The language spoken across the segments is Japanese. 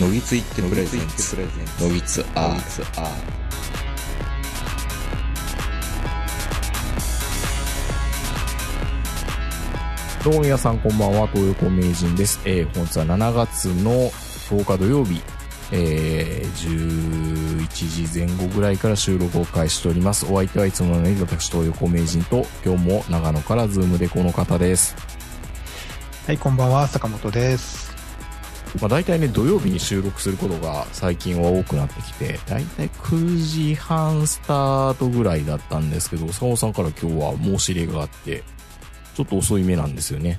のぎついってプレゼンツツプレゼンのぎつああーあどうも皆さんこんばんは、東横名人です。えー、本日は7月の10日土曜日、えー、11時前後ぐらいから収録を開始しております。お相手はいつものように私、東横名人と、今日も長野からズームでこの方です。はい、こんばんは、坂本です。まあ、大体ね、土曜日に収録することが最近は多くなってきて、大体9時半スタートぐらいだったんですけど、坂本さんから今日は申し入れがあって、ちょっと遅い目なんですよね。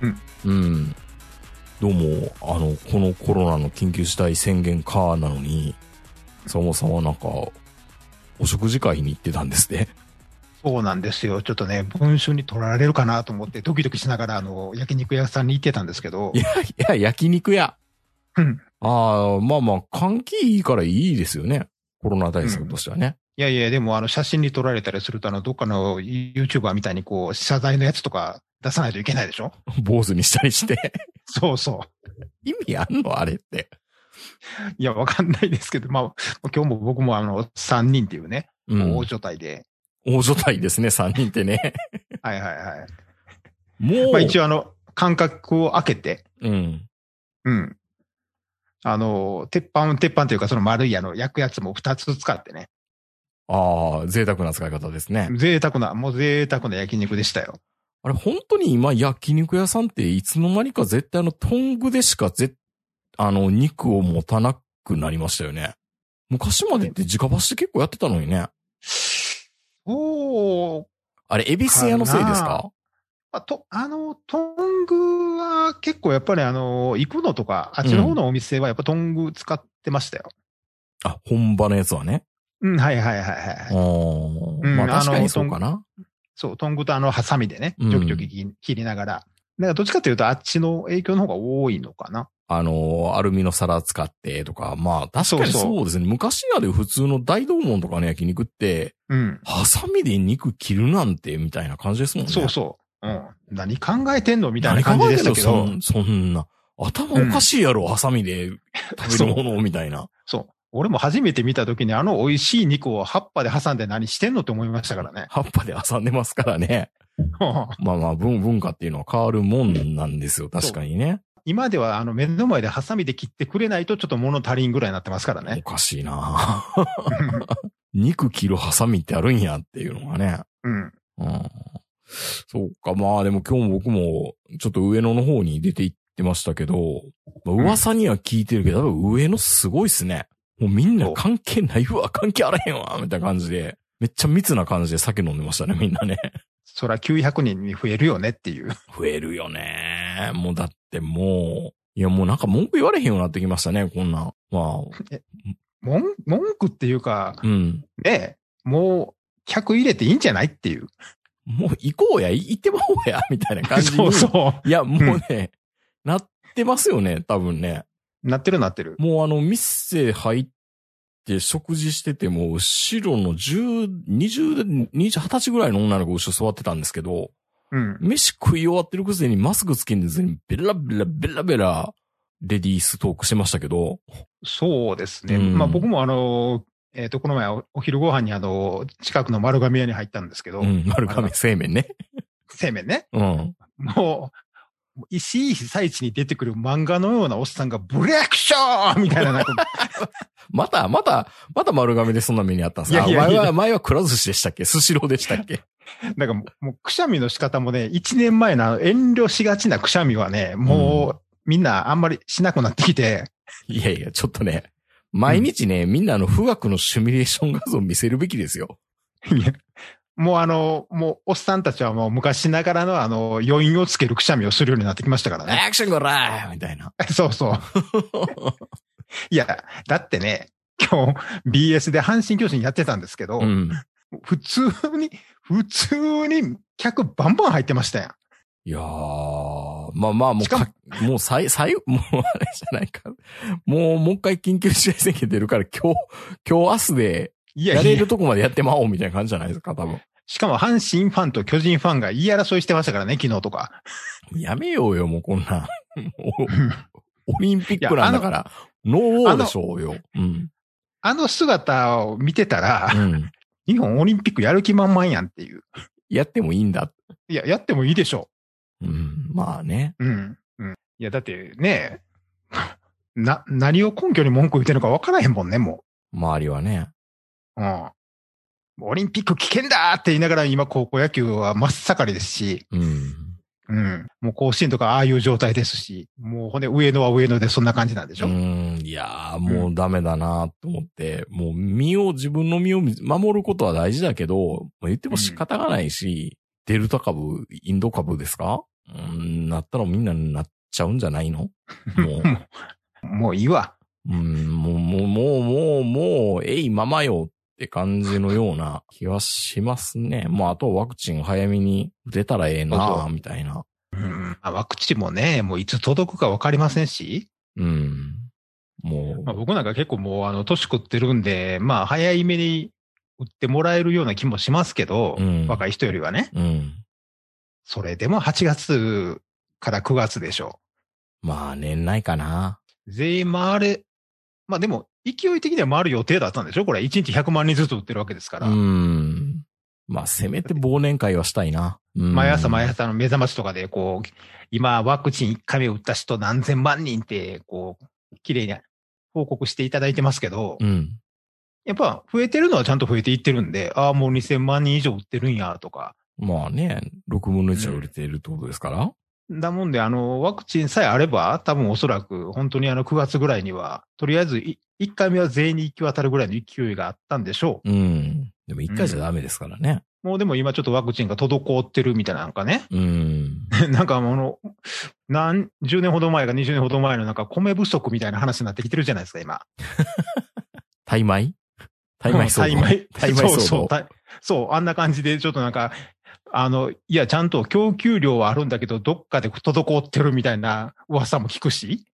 うん。うん。どうも、あの、このコロナの緊急事態宣言か、なのに、坂本さんはなんか、お食事会に行ってたんですね。 そうなんですよ。ちょっとね、文春に取られるかなと思って、ドキドキしながら、あの、焼肉屋さんに行ってたんですけどい、や、いや、焼肉屋。うんああ、まあまあ、換気いいからいいですよね。コロナ対策としてはね。いやいや、でも、あの、写真に撮られたりすると、あの、どっかの YouTuber みたいに、こう、謝罪のやつとか出さないといけないでしょ坊主にしたりして。そうそ意味あんのあれって。う。いや、わかんないですけど、まあ、今日も僕も、あの、3人っていうね、うん大。所帯で、大所帯ですね、3人ってね。はいはいはい。 もう。まあ、一応、あの、間隔を空けて、うん。うん。あの、鉄板、鉄板というか、その丸い、あの、焼くやつも2つ使ってね、ああ、贅沢な使い方ですね。贅沢な、もう贅沢な焼肉でしたよ。あれ、本当に今、焼肉屋さんっていつの間にか絶対あの、トングでしかぜ、あの、肉を持たなくなりましたよね。昔までって直橋で結構やってたのにね。おー、あれ、エビス屋のせいですかかまあ、と、あの、トングは結構やっぱりあの、行くのとか、あっちの方のお店はやっぱトング使ってましたよ。あ、本場のやつはね。うん、はいはいはいはい。あーうんまああの確かにそうかな。そう、トングとあの、ハサミでね、うんちょきちょき切り切りながら。だからどっちかというとあっちの影響の方が多いのかな。あの、アルミの皿使ってとか、まあ確かにそうそうそうですね。昔なで普通の大道門とかの焼肉って、うん。ハサミで肉切るなんてみたいな感じですもんね。そうそう。うん。何考えてんのみたい何な考感じえでてしんのたけど、そんそんな。頭おかしいやろ、ハサミで食べるものをみたいな。。そう。俺も初めて見た時にあの美味しい肉を葉っぱで挟んで何してんのって思いましたからね葉っぱで挟んでますからね。まあまあ文、文化っていうのは変わるもんなんですよ。確かにね。今ではあの目の前でハサミで切ってくれないとちょっと物足りんぐらいになってますからおね。かしいな肉切るハサミってあるんやって いうのがね。うん。うんそうか、まあでも今日も僕も、ちょっと上野の方に出て行ってましたけど、まあ、噂には聞いてるけど、多分上野すごいっすね。もうみんな関係ないわ、関係あらへんわ、みたいな感じで、めっちゃ密な感じで酒飲んでましたね、みんなね。そら900人に増えるよねっていう。増えるよね。もうだってもう、いやもうなんか文句言われへんようになってきましたね、こんなん。まあ、文文句っていうか、うん。ねえ、もう100入れていいんじゃないっていう。もう行こうや、行ってまおうや、みたいな感じに。 そうそいや、もうね、なってますよね、多分ね。う。なってるなってる。もうあの、店入って食事してても、後ろの10、20、20 20歳ぐらいの女の子後ろ座ってたんですけど、うん。飯食い終わってるくせにマスクつけんでずにベラベラベラベラレディーストークしてましたけど、そうですね。うんまあ僕もあの、えっ、と、この前おお昼ご飯にあの、近くの丸亀屋に入ったんですけど、うん、丸亀製麺ね。製麺ね。うん。もう、石井被災地に出てくる漫画のようなおっさんがブレイクショーみたいな、なんかまた、また、また丸亀でそんな目にあったんですかいやいやいや前は、前はくら寿司でしたっけスシローでしたっけなんかもう、もうくしゃみの仕方もね、一年前のあの遠慮しがちなくしゃみはね、もう、みんなあんまりしなくなってきて、いやいや、ちょっとね、毎日ね、みんなあの、富岳のシミュレーション画像見せるべきですよ。いやもうあの、もう、おっさんたちはもう昔ながらのあの、余韻をつけるくしゃみをするようになってきましたからね。アクションこらーみたいな。そうそう。 いや、だってね、今日 BS で阪神教師やってたんですけど、うん。普通に、普通に客バンバン入ってましたやん。いやー、まあまあ、もうしかもか、もう最、最、 もうあれじゃないか。もう、もう一回緊急事態宣言出るから、今日、今日明日で、いややいやれるとこまでやってまおうみたいな感じじゃないですか、多分。しかも阪神ファンと巨人ファンが言い争いしてましたからね、昨日とか。 やめようよ、もうこんな。おオリンピックなんだから。ノーウォーでしょうよ。うん。あの姿を見てたら、 うん。日本オリンピックやる気満々やんっていう。やってもいいんだ。いや、やってもいいでしょうん。まあね。う。うん。うん。いや、だってね、な、何を根拠に文句言ってるのか分からへんもんね、も周りはね。う。うん。オリンピック危険だって言いながら今高校野球は真っ盛りですし、うん。うん。もう甲子園とかああいう状態ですし、もうほんで上野は上野でそんな感じなんでしうょ、ん。いやー、もうダメだなと思って、もう身を、自分の身を守ることは大事だけど、もう言っても仕方がないし、デルタ株、インド株ですかうん、なったらみんななっちゃうんじゃないの もう。もういいわ。うん、もう、もう、もう、もう、もう、えいままよって感じのような気はしますね。まあ、あとはワクチン早めに出たらええあな、とみたいな。うん。あワクチンもね、もういつ届くか分かりませんし、うん。もまあ、僕なんか結構もうあの年食ってるんで、まあ早い目に打ってもらえるような気もしますけど、うん若い人よりはね。う、うん。それでも8月から9月でしょまあ、年内かな。う。全員回れ、まあでも勢い的には回る予定だったんでしょこれ1日100万人ずつ打ってるわけですから。うん。まあ、せめて忘年会はしたいな。うん毎朝毎。朝の目覚ましとかで、こう、今ワクチン1回目打った人何千万人って、こう、綺麗に報告していただいてますけど、うん。やっぱ増えてるのはちゃんと増えていってるんで、ああ、もう2000万人以上打ってるんや、とか。まあね、6分の1は売れているってことですから。だもんで、あの、ワクチンさえあれば、多分おそらく、本当にあの、9月ぐらいには、とりあえずい、1回目は全員に行き渡るぐらいの勢いがあったんでしょうん。でも、1回じゃダメですからね。う。もうでも今ちょっとワクチンが滞ってるみたいななんかね。 うん。なんかあの、何、10年ほど前か20年ほど前のなんか米不足みたいな話になってきてるじゃないですか、 今。タイ 米タイ米騒動。米タイ米騒動そうそう。タイそう、あんな感じで、ちょっとなんか、あの、いや、ちゃんと供給量はあるんだけど、どっかで滞ってるみたいな噂も聞くし、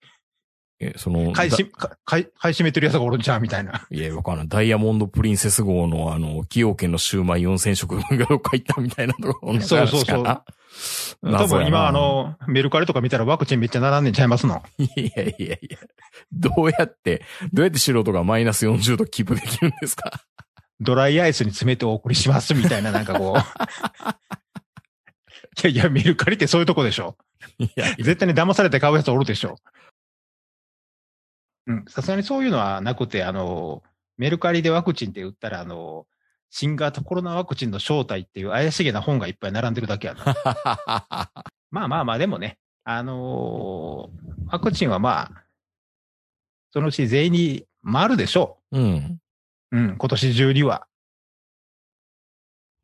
え、その、買いし、か買い、買い占めてる奴がおるんちゃうみたいな。いや、わかんない。ダイヤモンドプリンセス号のあの、崎陽軒のシューマイ4000食分がどっか行ったみたいなところの話かな。そうそうそう多分今、あ、の、メルカリとか見たらワクチンめっちゃ並んでんちゃいますの。いやいやいや。どうやって、どうやって素人がマイナス40度キープできるんですかドライアイスに詰めてお送りしますみたいな、なんかこ う。いやいや、メルカリってそういうとこでしょ。いやいや。絶対に騙されて買うやつおるでしょ。うん、さすがにそういうのはなくて、あの、メルカリでワクチンって売ったら、あの、新型コロナワクチンの正体っていう怪しげな本がいっぱい並んでるだけやな。 まあまあまあ、でもね、あのーワクチンはまあ、そのうち全員に回るでしょうん。う。うん、今年中には。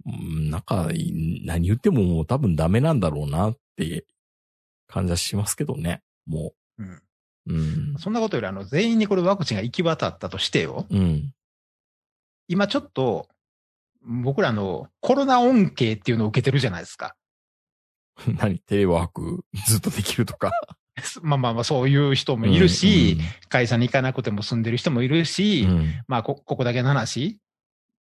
うんなんか、い何言ってももう多分ダメなんだろうなって感じはしますけどね。もうん、う。うん。そんなことより、あの、全員にこれワクチンが行き渡ったとしてよ。うん。 今ちょっと、僕らのコロナ恩恵っていうのを受けてるじゃないですか。 何テレワーク ずっとできるとか。まあまあまあ、そういう人もいるし、会社に行かなくても住んでる人もいるうし、ん、うんまあこ、ここだけの話。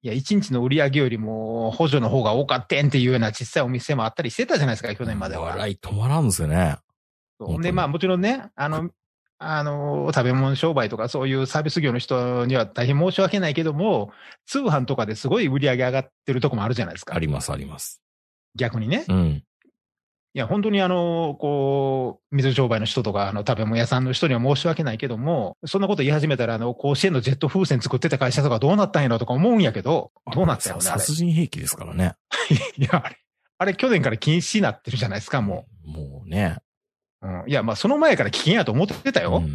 いや、一日の売り上げよりも補助の方が多かってんっていうような小さいお店もあったりしてたじゃないですか、去年までは。笑い止まらんですよね。そうほんで、まあもちろんね、あの、あの、食べ物商売とかそういうサービス業の人には大変申し訳ないけども、通販とかですごい売り上げ上がってるとこもあるじゃないですあか。ります、あります。逆にね。うん。いや、本当にあの、こう、水商売の人とか、あの、食べ物屋さんの人には申し訳ないけども、そんなこと言い始めたら、あの、甲子園のジェット風船作ってた会社とかどうなったんやろとか思うんやけど、どうなったよね、あれ。殺人兵器ですからね。いや、あれ、あれ去年から禁止になってるじゃないですか、ももうね。う。うん、いや、まあ、その前から危険やと思ってたよ。うん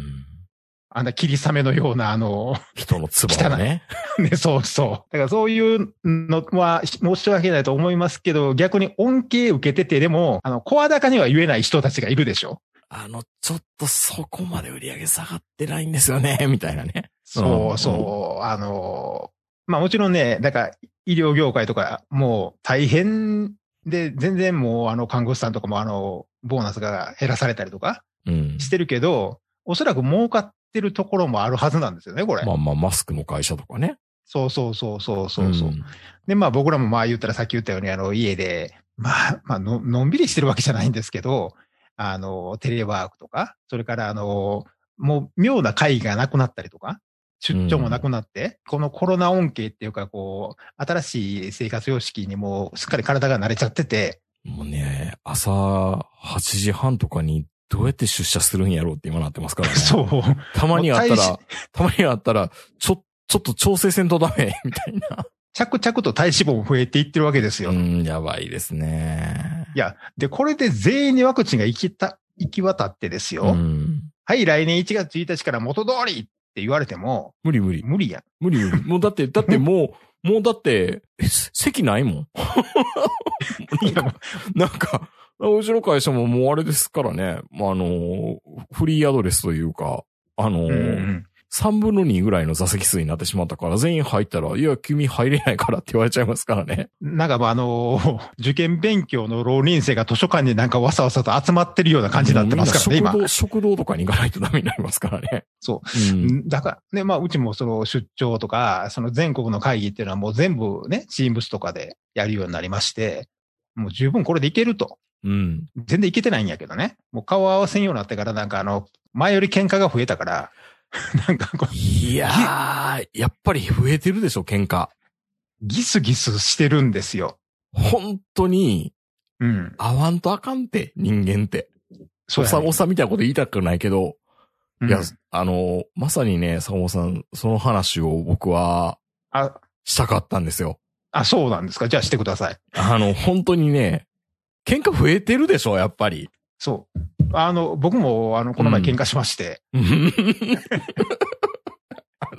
あんな霧雨のような、あの、人の唾をね。ね、そうそう。だからそういうのは申し訳ないと思いますけど、逆に恩恵受けてて、でも、あの、声高には言えない人たちがいるでしょ。あの、ちょっとそこまで売り上げ下がってないんですよね、みたいなね。そうそう、あの、まあもちろんね、だから医療業界とかもう大変で、全然もうあの看護師さんとかもあの、ボーナスが減らされたりとかうん。してるけど、おそらく儲かってるところもあるはずなんですよね、これ。まあまあ、マスクの会社とかね。そうそうそうそうそうそう、んで、まあ僕らもまあ言ったらさっき言ったようにあの家で、まあ、まあの、のんびりしてるわけじゃないんですけど、あの、テレワークとか、それからあの、もう妙な会議がなくなったりとか、出張もなくなって、このコロナ恩恵っていうか、こう、新しい生活様式にもうすっかり体が慣れちゃってて、もうね、朝8時半とかにどうやって出社するんやろうって今なってますからね。 そう。たまにあったもう体ら、 たまにあったら、ちょ、ちょっと調整せんとダメ、みたい着々と体脂肪も増えていってるわけですよ。な。うん、やばいですね。いや、で、これで全員にワクチンが行きた、行き渡ってですよ。うん。はい、来年1月1日から元通りって言われても、無理無理。無理やん。無理無理。もうだって、だってもう、 もうだって、えせ席ないもん。 いやもうなんか、うちの会社ももうあれですからね。まあ、あの、フリーアドレスというか、あの、うんうん3分の2ぐらいの座席数になってしまったから、全員入ったら、いや、君入れないからって言われちゃいますからね。なんかまあ、あのー 受験勉強の浪人生が図書館になんかわさわさと集まってるような感じになってますからね、もう今みん。な食堂、食堂とかに行かないとダメになりますからね。。そうん。だから、ね、まあ、うちもその出張とか、その全国の会議っていうのはもう全部ね、チームスとかでやるようになりまして、もう十分これでいけると。うん。全然いけてないんやけどね。もう顔合わせんようになってから、なんかあの、前より喧嘩が増えたから、 なんかこう、いやー、やっぱり増えてるでしょ、喧嘩。ギスギスしてるんですよ。本当に、うん。合わんとあかんって、人間って。そおっやさん、おねっさんみたいなこと言いたくないけど、うんいや、あの、まさにね、坂本さん、その話を僕はあ、したかったんですよ。あ、そうなんですか。じゃあしてください。あの、本当にね、喧嘩増えてるでしょ、やっぱり。そう。あの、僕も、あの、この前喧嘩しまして、あ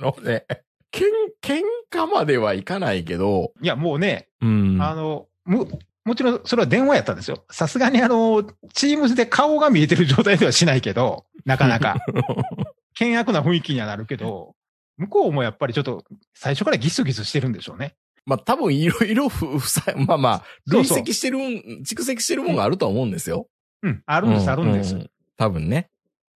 のね、喧、喧嘩まではいかないけど、いや、もうね、うん。あの、む、もちろん、それは電話やったんですよ。さすがに、あの、チームズで顔が見えてる状態ではしないけど、なかな か、険悪な雰囲気にはなるけど、向こうもやっぱりちょっと、最初からギスギスしてるんでしょうね。まあ、多分いろいろふ、ふさ、まあまあ、そ累うそう積してるん、蓄積してるもんがあるとは思うんですよ。うん、ああるんです、あるんです。。多分ね。うん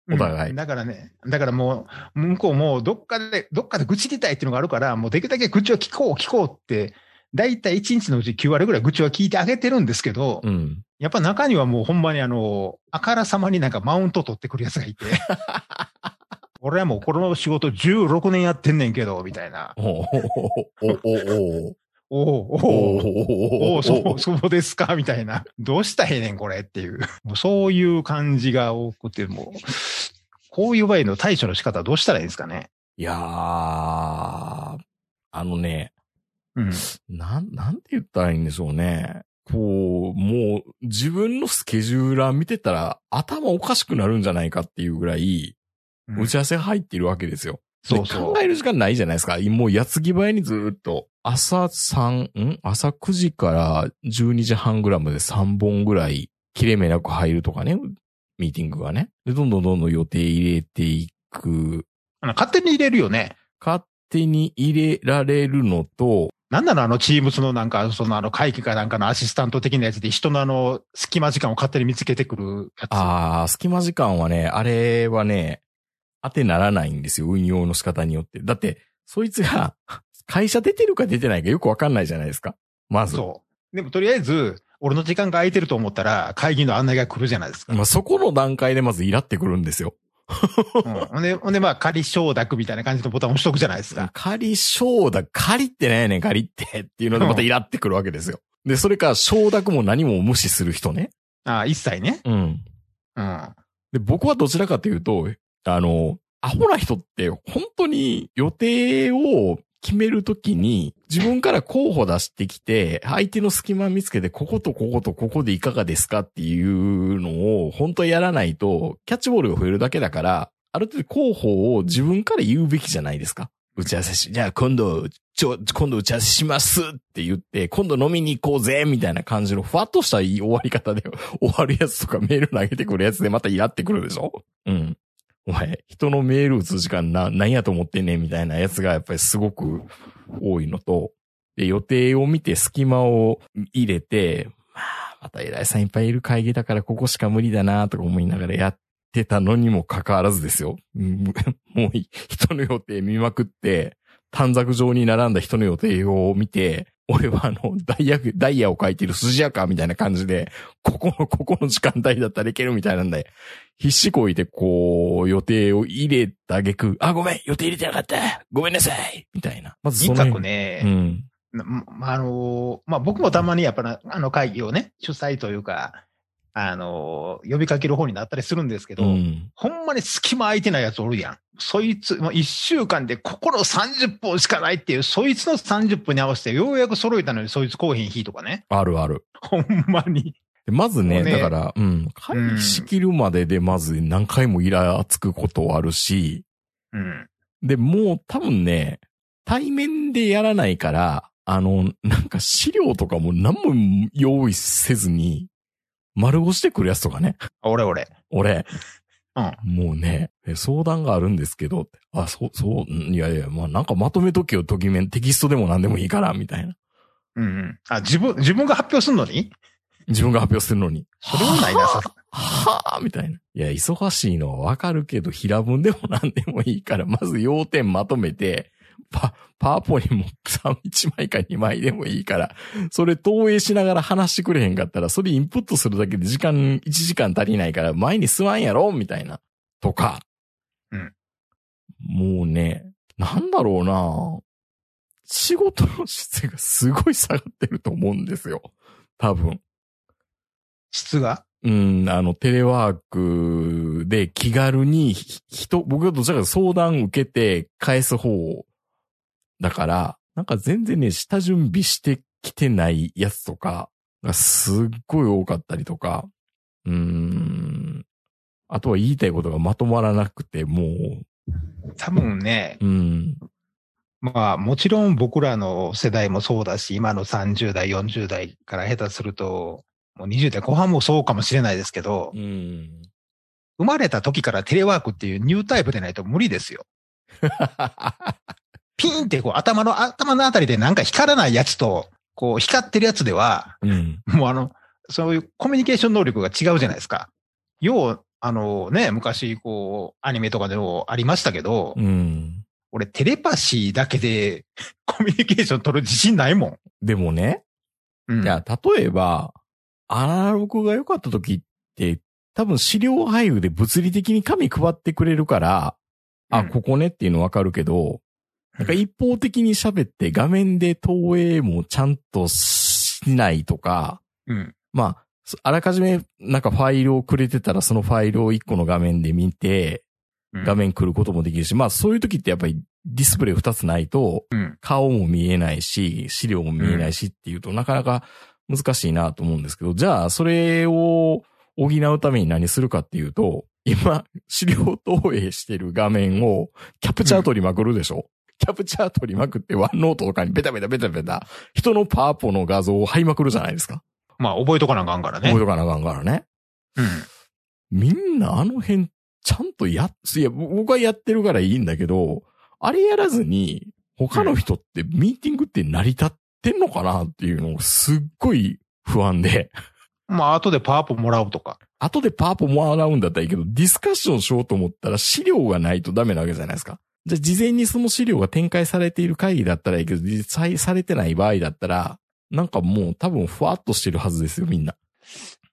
お互いだからね、だからもう、向こうもどっかで、どっかで愚痴りたいっていうのがあるから、もうできるだけ愚痴を聞こう、聞こうって、だいたい1日のうち9割ぐらい愚痴は聞いてあげてるんですけど、うん。やっぱ中にはもうほんまにあの、あからさまになんかマウント取ってくるやつが いて、俺はもうこの仕事16年やってんねんけど、みたいな。おおおおおおおおうおおおそう、そうですかみたいな。どうしたらええねん、これっていう。もうそういう感じが多くて、もう、こういう場合の対処の仕方はどうしたらいいんですかね。いやー、あのね、うん。なん、なんて言ったらいいんでしょうね。こう、もう自分のスケジューラー見てたら頭おかしくなるんじゃないかっていうぐらい、うん打ち合わせ入ってるわけですよ。そうそうで考。える時間ないじゃないですか。もう矢継ぎ早にずーっと。朝3、ん朝9時から12時半ぐらいまで3本ぐらい、切れ目なく入るとかね、ミーティングがね。で、どんどんどんどん予定入れていく。あの勝手に入れるよね。勝手に入れられるのと、なんなのあのチームスのなんか、そのあの会議かなんかのアシスタント的なやつで人のあの隙間時間を勝手に見つけてくるやつ。あー、隙間時間はね、あれはね、当てならないんですよ。運用の仕方によって。だって、そいつが、 会社出てるか出てないかよくわかんないじゃないですか。まず。そう。でもとりあえず、俺の時間が空いてると思ったら、会議の案内が来るじゃない ですか。まあ、そこの段階でまずイラってくるんですよ。うん。ほんで、ほんで、まあ、仮承諾みたいな感じのボタン押しとくじゃないですか。仮承諾、仮ってなんやねん、仮ってっていうのでまたイラってくるわけですよ。で、それから承諾も何も無視する人ね。ああ、一切ね。うん。うん。で、僕はどちらかというと、あの、アホな人って本当に予定を決めるときに自分から候補出してきて、相手の隙間見つけて、こことこことここでいかがですかっていうのを本当やらないと、キャッチボールが増えるだけだから、ある程度候補を自分から言うべきじゃないですか。打ち合わせし、じゃあ今度、ちょ、今度打ち合わせしますって言って、今度飲みに行こうぜみたいな感じの、ふわっとした終わり方で終わるやつとかメール投げてくるやつでまたイラってくるでしょうん。お前、人のメール打つ時間な、何やと思ってんねんみたいなやつがやっぱりすごく多いのと、で、予定を見て隙間を入れて、まあ、また偉いさんいっぱいいる会議だからここしか無理だなとか思いながらやってたのにもかかわらずですよ。うん もう人の予定見まくって、短冊状に並んだ人の予定を見て、俺はあの、ダイヤ、ダイヤを書いてる筋やかみたいな感じで、ここの、ここの時間帯だったらいけるみたいなんで、必死こいてこう、予定を入れたげく、あ、ごめん、予定入れてなかったごめんなさいみたいな。まずとそにのかく辺、ね、うん。なまあ、あの、まあ、僕もたまにやっぱな、あの会議をね、主催というか、あの、呼びかける方になったりするんですけど、うん。ほんまに隙間空いてないやつおるやん。そいつ、もう一週間で心30分しかないっていう、そいつの30分に合わせてようやく揃えたのにそいつこうへん日とかね。あるある。ほんまに。でまずねもうねだから、うん。会議しきるまででまず何回もイラつくことあるし、うん。で、もう多分ね、対面でやらないから、あの、なんか資料とかも何も用意せずに、丸押してくるやつとかね。俺俺。俺。うもうね、え相談があるんですけどって、あ、そう、そう、うんいやいや、まあなんかまとめとけよ、ドキュメント、テキストでも何でもいいから、みたいな。うんうん。あ、自分、自分が発表するのに自分が発表するのに。それもないな、さすはぁみたいな。いや、忙しいのはわかるけど、平文でも何でもいいから、まず要点まとめて、パ、パワポにも3、1枚か2枚でもいいから、それ投影しながら話してくれへんかったら、それインプットするだけで時間、1時間足りないから、前に座んやろみたいな。とか。うん。もうね、なんだろうな仕事の質がすごい下がってると思うんですよ。多分。質が。うん、あの、テレワークで気軽にひ人、僕がどちらかというと相談受けて返す方だから、なんか全然ね、下準備してきてないやつとかがすっごい多かったりとか、うーん、あとは言いたいことがまとまらなくて、も多分ねう、、うん、まあもちろん僕らの世代もそうだし、今の30代、40代から下手すると、もう20代後半もそうかもしれないですけどう、ん。生まれた時からテレワークっていうニュータイプでないと無理ですよ。ピーンってこう頭の、頭のあたりでなんか光らないやつと、こう光ってるやつでは、うん。もうあの、そういうコミュニケーション能力が違うじゃないですか。要う、あのね、昔こう、アニメとかでもありましたけど、うん。俺テレパシーだけで コミュニケーション取る自信ないもん。でもね、うんいや、例えば、アナログが良かった時って、多分資料配布で物理的に紙配ってくれるから、うあ、んここねっていうのわかるけど、なんか一方的に喋って画面で投影もちゃんとしないとか、うん。まあ、そあらかじめなんかファイルをくれてたらそのファイルを一個の画面で見て、うん画。面来ることもできるし、まあそういう時ってやっぱりディスプレイ二つないと、うん。顔も見えないし、資料も見えないしっていうとなかなか難しいなと思うんですけど、じゃあそれを補うために何するかっていうと、今、 資料投影してる画面をキャプチャー取りまくるでしょ、キャプチャー取りまくってワンノートとかにベタベタベタベタ、人のパワポの画像を貼りまくるじゃないですか。まあ覚えとかなあかんからね。覚えとかなあかんからね。うん。みんなあの辺ちゃんとやっ、いや、僕はやってるからいいんだけど、あれやらずに、他の人ってミーティングって成り立ってんのかなっていうのをすっごい不安で、 まあ後でパワーポもらうとか。後でパーポもらうんだったらいいけど、ディスカッションしようと思ったら資料がないとダメなわけじゃないですか。じゃあ事前にその資料が展開されている会議だったらいいけど、実際されてない場合だったら、なんかもう多分ふわっとしてるはずですよ、みんな。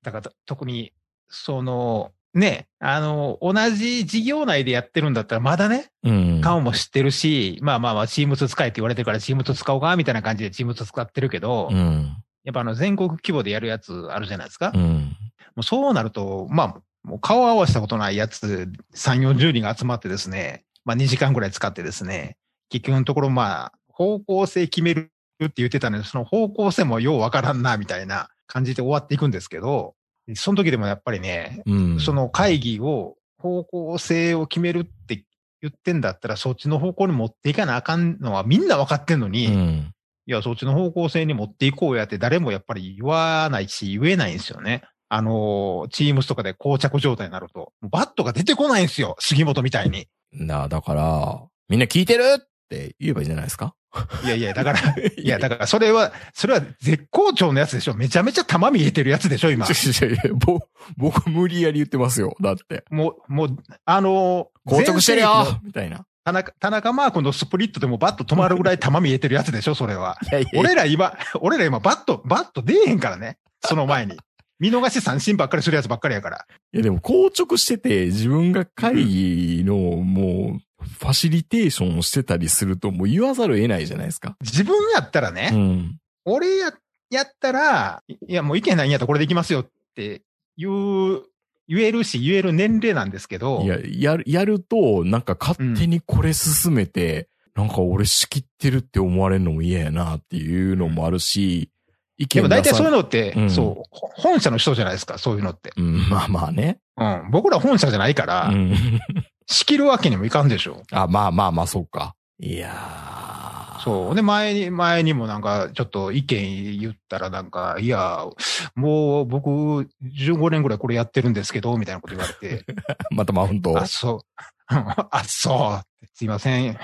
だからと特に、その、ね、あの、同じ事業内でやってるんだったらまだね、うん。顔も知ってるし、まあまあまあ、チームと使えって言われてるから、チームと使おうか、みたいな感じでチームと使ってるけど、うん。やっぱあの、全国規模でやるやつあるじゃないですか。うもん。うそうなると、まあ、もう顔合わせたことないやつ、3、40人が集まってですね、まあ2時間ぐらい使ってですね、結局のところまあ、方向性決めるって言ってたので、その方向性もようわからんな、みたいな感じで終わっていくんですけど、その時でもやっぱりね、うん。その会議を、方向性を決めるって言ってんだったら、そっちの方向に持っていかなあかんのはみんな分かってんのうに、いん。や、そっちの方向性に持っていこうやって誰もやっぱり言わないし、言えないんですよね。あのー、チームスとかで膠着状態になると、もうバットが出てこないんですよ。杉本みたいに。な、だから、みんな聞いてるって言えばいいじゃないですか。いやいや、だから、いや、だからそれは、それは絶好調のやつでしょ。めちゃめちゃ球見えてるやつでしょ、今ちょ。ちょいやぼ僕無理やり言ってますよ。だって。もう、もう、あのー、硬直してるよ全盛期のみたいな。田中、田中マークのスプリットでもバット止まるぐらい球見えてるやつでしょ、それは。俺ら今、俺ら今バット、バット出えへんからね。そ の前に。見逃し三振ばっかりするやつばっかりやから。いやでも硬直してて、自分が会議のもう、ファシリテーションをしてたりすると、もう言わざるを得ないじゃないですか。自分やったらね、うん。俺や、やったら、いいや、もう意見ないんやったらこれでいきますよって言う、言えるし、言える年齢なんですけど、いや、やる、やると、なんか勝手にこれ進めて、なんか俺仕切ってるって思われるのも嫌やなっていうのもあるし、意で見も出大体さそういうの、のって、うんそう、ほ本社の人じゃないですか、そういうのって。うん、まあまあね。うん。僕ら本社じゃないかうら、ん。仕切るわけにもいかんでしょ。あ、まあまあまあ、そうか。いやーそう。で、前に、前にもなんか、ちょっと意見言ったらなんか、いや、もう僕、15年ぐらいこれやってるんですけど、みたいなこと言われて、またマウントをあ、そう。 あ、そう。すいません。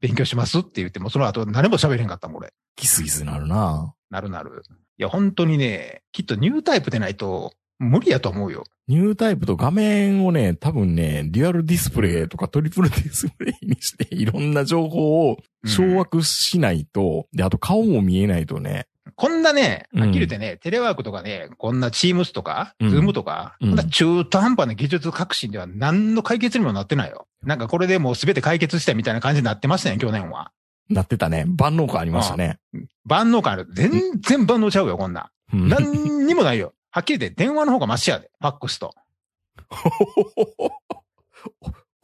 勉強しますって言っても、その後何も喋れへんかったもん、俺。ギスギスなるななるなる。いや、本当にね、きっとニュータイプでないと無理やと思うよ。ニュータイプと画面をね、多分ね、リアルディスプレイとかトリプルディスプレイにして、いろんな情報を掌握しないと、で、あと顔も見えないとね、こんなね、うんはっきり言ってね、テレワークとかね、こんなチームスとか、うんズームとか、うんこんな中途半端な技術革新では何の解決にもなってないよ。なんかこれでもう全て解決したみたいな感じになってましたね、去年は。なってたね。万能感ありましたね。万能感ある。全然万能ちゃうよ、こんな。うん 何にもないよ。はっきり言って電話の方がマシやで。ファックスと。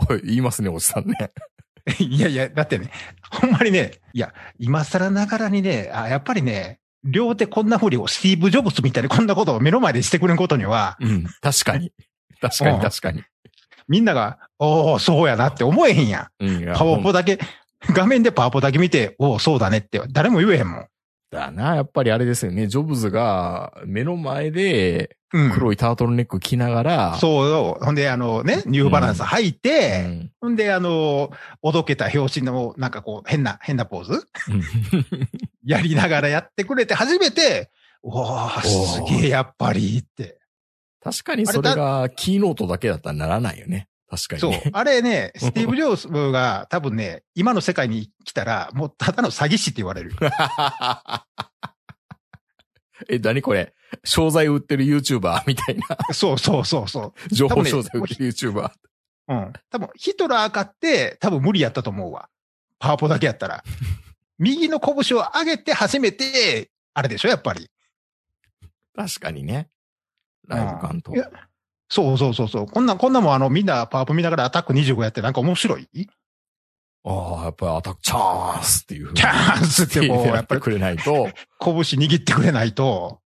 おい、言いますね、おじさんね。 いやいや、だってね、ほんまにね、いや、今更ながらにね、あやっぱりね、両手こんなふうにスティーブ・ジョブズみたいに こんなことを目の前でしてくれんことには、うん、確かに。確かうに、ん確かに。みんなが、おお、そうやなって思えへんやん。うん、いやパワポだけ、画面でパワポだけ見て、おお、そうだねって、誰も言えへんもん。だな、やっぱりあれですよね。ジョブズが目の前でうん。黒いタートルネック着ながら、そうよ。ほんで、あのね、ニューバランス履いうて、ん。 ほんで、あの、おどけた表紙の、なんかこう、変な、変なポーズやりながらやってくれて、初めて、おお、すげえ、やっぱりって。確かにそれがキーノートだけだったらならないよね。確かそにうね。。 あれね、スティーブ・ジョーズが多分ね、今の世界に来たら、もうただの詐欺師って言われる よ。え、何これ商材売ってる YouTuber みたいな。そうそうそうそう。情多報分ね商材売ってる YouTuber。うん。多分、ヒトラー買って、多分無理やったと思うわ。パワポだけやったら。右の拳を上げて初めて、あれでしょ、やっぱり。確かにね。ライブ感とうんい。やそうそうそうそう。こんな、こんなもんあの、みんなパワポ見ながらアタック25やってなんか面白いああ、やっぱりアタックチャンスっていうふうに。チャンスってこう、やっぱりくれないと。拳握ってくれないと。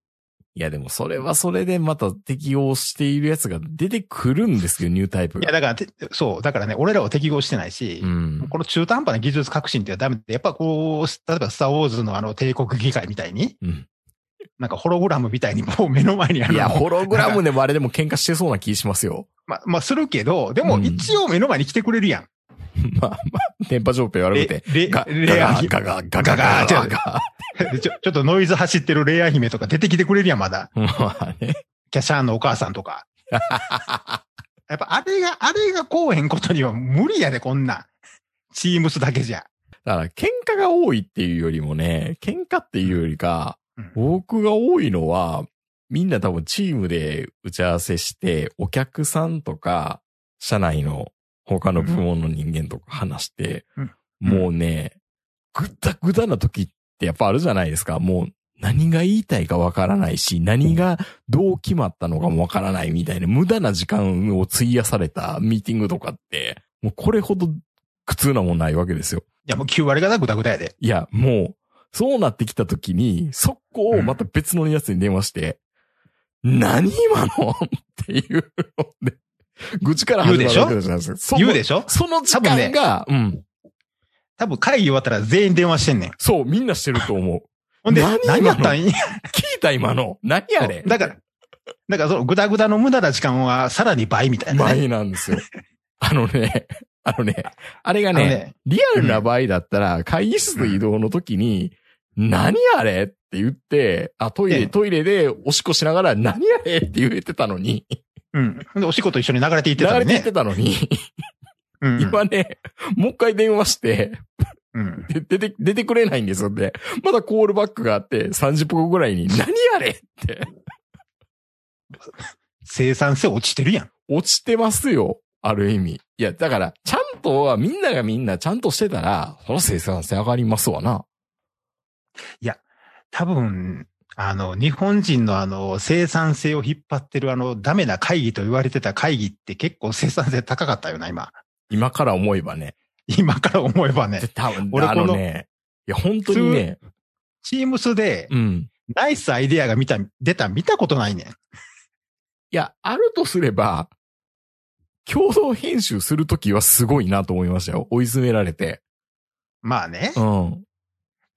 いやでもそれはそれでまた適応しているやつが出てくるんですよ、ニュータイプいや、が。だからて、そう、だからね、俺らは適合してないしう、ん。この中途半端な技術革新ってダメで、やっぱこう、例えばスター・ウォーズのあの帝国議会みたいに、うんなんかホログラムみたいにもう目の前にあるいや、ホログラムでもあれでも喧嘩してそうな気しますよ。 まあ、まあ、するけど、でもうん一応目の前に来てくれるやん。まあまあ、電波状況悪くてレ。レガレアガ姫ガガガガガガガガ。でちょ、 ちょっとノイズ走ってるレア姫とか出てきてくれるやん、まだ。 まあね。キャシャーンのお母さんと か。やっぱあれが、あれがこうへんことには無理やで、こんなん。チームスだけじゃ。だから、喧嘩が多いっていうよりもね、喧嘩っていうよりか、うん僕が多いのは、みんな多分チームで打ち合わせして、お客さんとか、社内の他の部門の人間とか話して、うんもうね、ぐだぐだな時ってやっぱあるじゃないですか。もう何が言いたいかわからないし、何がどう決まったのかもわからないみたいな無駄な時間を費やされたミーティングとかって、もうこれほど苦痛なもんないわけですよ。いや、もう9割方グダグダやで。いや、もう、そうなってきたときに、速攻また別のやつに電話して、何今のっていうので、愚痴から始まるわけじゃないですか。その言うでしょその時間が、うん。多分会議終わったら全員電話してんねん。そう、みんなしてると思う。ほんで、何何やったん聞や。いた今の。何あれだから、だからそのグダグダの無駄な時間はさらに倍みたいなね。前なんですよ。あのね、あのね、あれがあのね、ね、リアルな場合だったら、会議室の移動の時に、何あれって言って、あ、トイえレ、えトイレでおしっこしながら、何あれって言ってたのに、うん。ほんで、お仕事一緒に流れていって流たれりていっねて。たのに、うん今ね、もう一回電話して、うん。で出て、出てくれないんですよで、まだコールバックがあって、30分後ぐらいに、何あれって、生産性落ちてるやん。落ちてますよ。ある意味。いや、だから、ちゃんとは、みんながみんなちゃんとしてたら、その生産性上がりますわな。多分、あの、日本人のあの、生産性を引っ張ってるあの、ダメな会議と言われてた会議って結構生産性高かったよな、今。 今から思えばね。今から思えばねで。多分俺あこののね、いや、本当にね、チームスで、うん。ナイスアイデアが見た、出た、見たことないねん。いや、あるとすれば、共同編集するときはすごいなと思いましたよ。追い詰められて。まあねう。ん。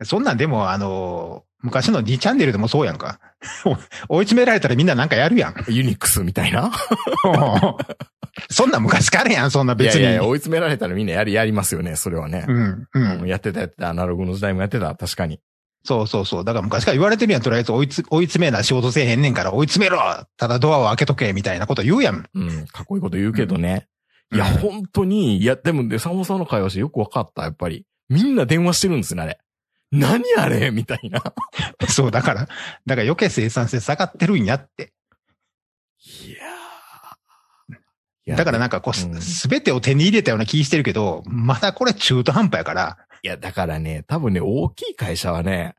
そんなんでも、あの、昔の2チャンネルでもそうやんか。 追い詰められたらみんななんかやるやん。ユニックスみたいな。 そんなん昔からやん、そんないや別に。いやいや、追い詰められたらみんなやり、やりますよね、それはねう。ん、ううんん。やってたやってた、アナログの時代もやってた、確かに。そうそうそう。だから昔から言われてるやん、とりあえず追いつ追い詰めな仕事せえへんねんから追い詰めろただドアを開けとけみたいなこと言うやん。 うん、かっこいいこと言うけどね。いや、うん本当に、いや、でもね、サモさんの会話してよくわかった、やっぱり。みんな電話してるんですね、あれ。何あれみたいな。そう、だから、だから余計生産性下がってるんやって。いやーだからなんかこうんう、すべてを手に入れたような気してるけど、まだこれ中途半端やから、いや、だからね、多分ね、大きい会社はね、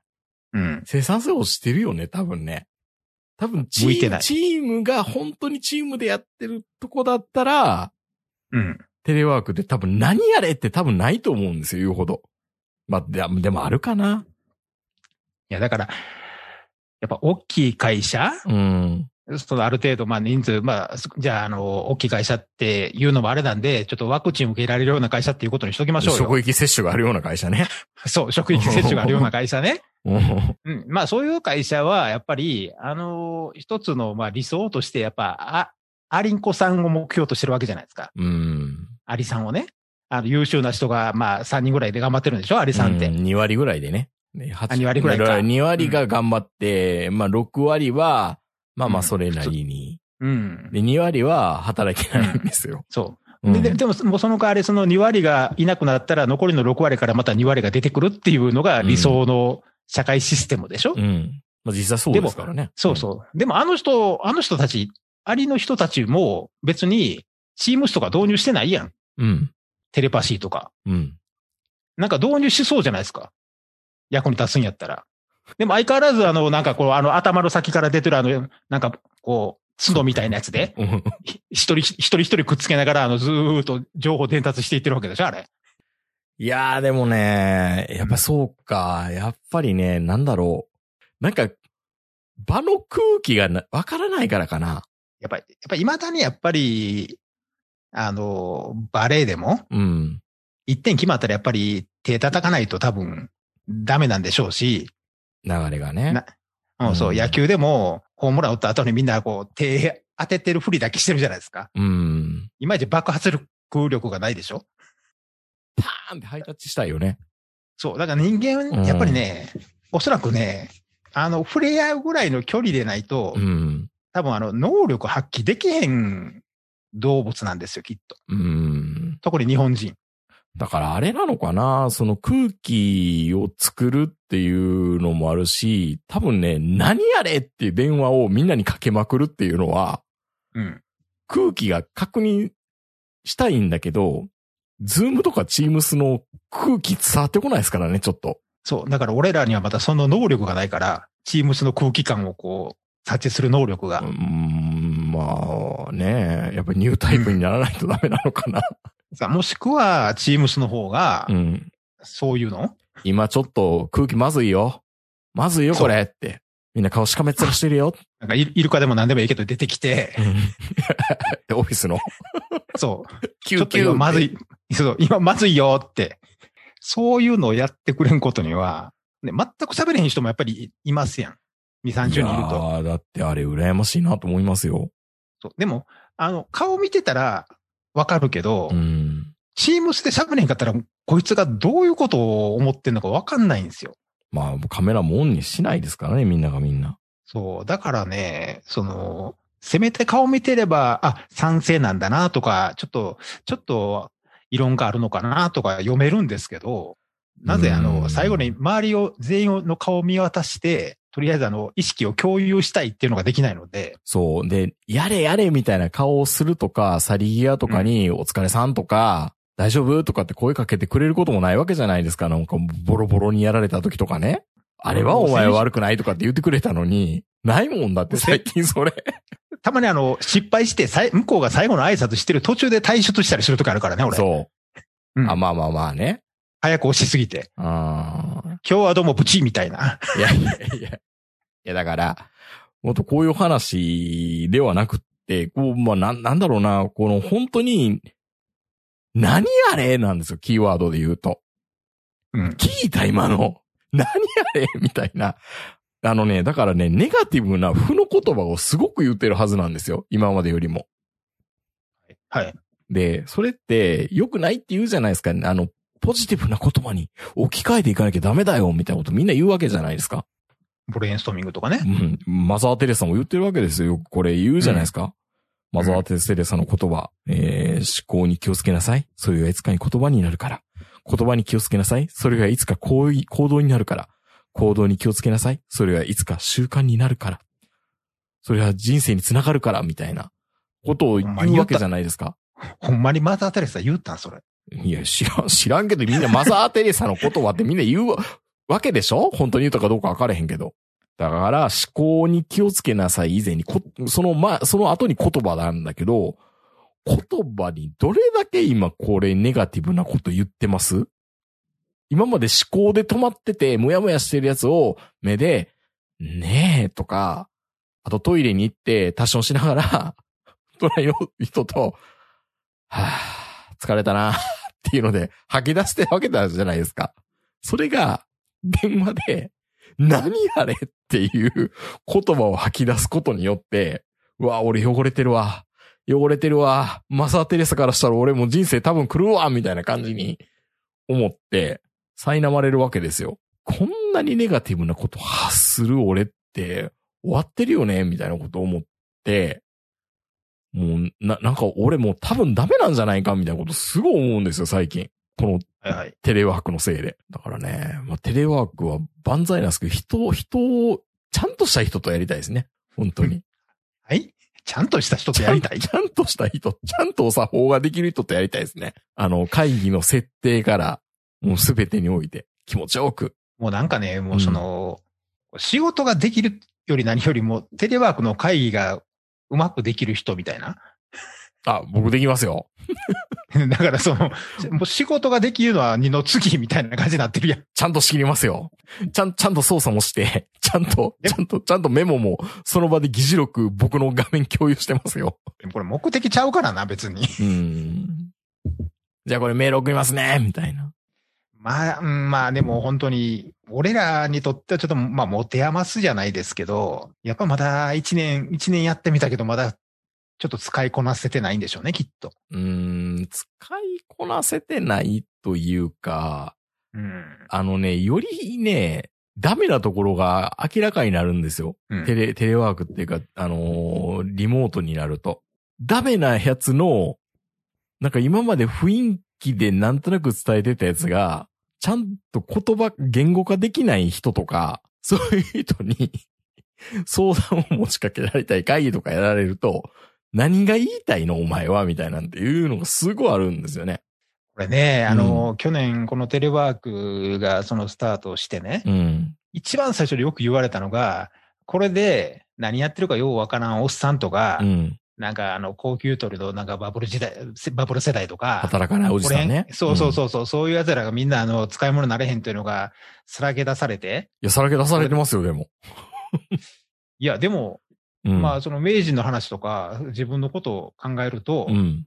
うん。生産性落ちてるよね、多分ね。多分チ向いてーなム、いチームが本当にチームでやってるとこだったら、うん。テレワークで多分何やれって多分ないと思うんですよ、言うほど。まあ、ででもあるかな。いや、だから、やっぱ大きい会社うん。そのある程度、まあ人数、まあ、すじゃあ、あの、大きい会社っていうのもあれなんで、ちょっとワクチン受けられるような会社っていうことにしときましょうよ。職域接種があるような会社 ね。そう、職域接種があるような会社 ね。うんうん。まあそういう会社は、やっぱり、あの、一つの、まあ理想として、やっぱ、あ、アリンコさんを目標としてるわけじゃないですか。うん。アリさんをね。あの、優秀な人が、まあ3人ぐらいで頑張ってるんでしょアリさんって。うん2割ぐらいでね。ねあ2割ぐらいか2割が頑張って、まあ6割は、まあまあそれなりに。うん。で、2割は働いてないんですよ。そう。うでんででも、もうその代わり、その2割がいなくなったら、残りの6割からまた2割が出てくるっていうのが理想の社会システムでしょ、うん。まあ実際そうですからね。そうそう。でも、あの人、あの人たち、アリの人たちも別に、チームスとか導入してないやん。うん。うん。テレパシーとか。うん。なんか導入しそうじゃないですか。役に立つんやったら。でも相変わらず、あの、なんかこう、あの、頭の先から出てる、あの、なんか、こう、角みたいなやつで、うんひ一人一人一人くっつけながら、あの、ずーっと情報伝達していってるわけでしょあれ。いやーでもね、やっぱそうか、やっぱりね、なんだろう。なんか、場の空気がなわからないからかな。やっぱり、やっぱり未だにやっぱり、あの、バレエでも、うん。一点決まったらやっぱり手叩かないと多分ダメなんでしょうし、流れがねな。うん、そうう、ん野球でもホームラン打った後にみんなこう手当ててるふりだけしてるじゃないですか。うん。いまいち爆発力力がないでしょパーンってハイタッチしたいよね。そう、だから人間、うんやっぱりね、おそらくね、あの、触れ合うぐらいの距離でないとう、ん。多分あの、能力発揮できへん動物なんですよ、きっと。うん。特に日本人。だからあれなのかなその空気を作るっていうのもあるし、多分ね、何やれっていう電話をみんなにかけまくるっていうのは、うん。空気が確認したいんだけど、ズームとかチームスの空気伝わってこないですからね、ちょっと。そう。だから俺らにはまたその能力がないから、チームスの空気感をこう、察知する能力がうー。ん、まあね、やっぱりニュータイプにならないとダメなのかな。さあもしくは、チームスの方が う、ん。そういうの、今ちょっと空気まずいよ。まずいよ、これって。みんな顔しかめっ面してるよ。なんかイル、イルカでも何でもいいけど出て きて、で オフィスの。そう。ちょ救っと今急。まずい、そう、今まずいよって。そういうのをやってくれんことには、ね、全く喋れへん人もやっぱりいますやん。2、30いや人いると。ーだってあれ羨ましいなと思いますよ。そうでも、あの、顔見てたらわかるけど、うん。チームスで喋れへんかったら、こいつがどういうことを思ってんのかわかんないんですよ。まあカメラもオンにしないですからね、みんながみんな。そう、だからね、その、せめて顔見てれば、あ、賛成なんだなとか、ちょっと、ちょっと、異論があるのかなとか読めるんですけど、なぜあうの、ん最後に周りを、全員の顔を見渡して、とりあえずあの、意識を共有したいっていうのができないので、そう。で、やれやれみたいな顔をするとか、去り際とかに、お疲れさんとか、大丈夫とかって声かけてくれることもないわけじゃないですか。なんか、ボロボロにやられた時とかね。あれはお前悪くないとかって言ってくれたのに、ないもんだって最近それ。たまにあの、失敗して、さい向こうが最後の挨拶してる途中で退出したりするときあるからね、俺。そう。うんあ、まあまあまあね。早く押しすぎて。あー今日はどうもブチみたいな。いやいやいや。いや、だから、もっとこういう話ではなくって、こう、まあ、なん、なんだろうな、この本当に、何あれなんですよ、キーワードで言うと。うん。聞いた今の。何あれ みたいな。あのね、だからね、ネガティブな負の言葉をすごく言ってるはずなんですよ。今までよりも。はい。で、それって良くないって言うじゃないですか。あの、ポジティブな言葉に置き換えていかなきゃダメだよ、みたいなことみんな言うわけじゃないですか。ブレインストーミングとかね。うん。マザー・テレサも言ってるわけですよ。これ言うじゃないですか。んマザー・テレサの言葉、えー、思考に気をつけなさい。それがいつかに言葉になるから。言葉に気をつけなさい。それがいつか行為行動になるから。行動に気をつけなさい。それがいつか習慣になるから。それは人生につながるから、みたいなことを言うわけじゃないですか。ほんまにマザー・テレサ言ったんそれ。いや、知らん、知らんけど、みんなマザー・テレサの言葉ってみんな言うわけでしょ本当に言うたかどうか分からへんけど。だから、思考に気をつけなさい以前に、こその前、その後に言葉なんだけど、言葉にどれだけ今これネガティブなこと言ってます今まで思考で止まってて、もやもやしてるやつを目で、ねえとか、あとトイレに行って、タッションしながら、隣の人と、はぁ、疲れたなっていうので吐き出してるわけなんじゃないですか。それが、電話で、何あれっていう言葉を吐き出すことによって、うわ、俺汚れてるわ。汚れてるわ。マサーテレサからしたら俺もう人生多分狂うわ、みたいな感じに思って、苛まれるわけですよ。こんなにネガティブなこと発する俺って終わってるよね、みたいなことを思って、もう、な、なんか俺もう多分ダメなんじゃないかみたいなことすごい思うんですよ、最近。このはいはい。テレワークのせいで。だからね、まあ、テレワークは万歳なんですけど、人を、人を、ちゃんとした人とやりたいですね。本当に。はいちゃんとした人とやりたいちゃんちゃんとした人、ちゃんとお作法ができる人とやりたいですね。あの、会議の設定から、もうすべてにおいて、気持ちよく。もうなんかね、もうその、仕事ができるより何よりも、テレワークの会議がうまくできる人みたいな。 あ、僕できますよ。だからその、もう仕事ができるのは二の次みたいな感じになってるやん。 ちゃんと仕切りますよ。ちゃん、ちゃんと操作もして、ちゃんと、えちゃんと、ちゃんとメモも、その場で議事録、僕の画面共有してますよ。でもこれ目的ちゃうからな、別に。 うん。じゃあこれメール送りますね、みたいな。まあ、うんまあでも本当に、俺らにとってはちょっと、まあ、持て余すじゃないですけど、やっぱまだ一年、一年やってみたけど、まだちょっと使いこなせてないんでしょうね、きっと。うーん、使いこなせてないというか、うん。あのね、よりね、ダメなところが明らかになるんですよ。うんテレ、テレワークっていうか、あのーリモートになると。ダメなやつの、なんか今まで雰囲気でなんとなく伝えてたやつが、ちゃんと言葉、言語化できない人とか、そういう人に相談を持ちかけられたり、会議とかやられると、何が言いたいのお前はみたいなんていうのがすごいあるんですよね。これね、あの、去年このテレワークがそのスタートしてね、うん。一番最初によく言われたのが、これで何やってるかようわからんおっさんとか、うん。なんかあの、高級取りのなんかバブル時代、せバブル世代とか、働かないおじさんねこ。れそうそうそうそう、そういう奴らがみんなあの、使い物になれへんというのが、さらけ出されて、いや、さらけ出されてますよ、でも。いや、でも、うん。まあ、その明治の話とか、自分のことを考えると、うん。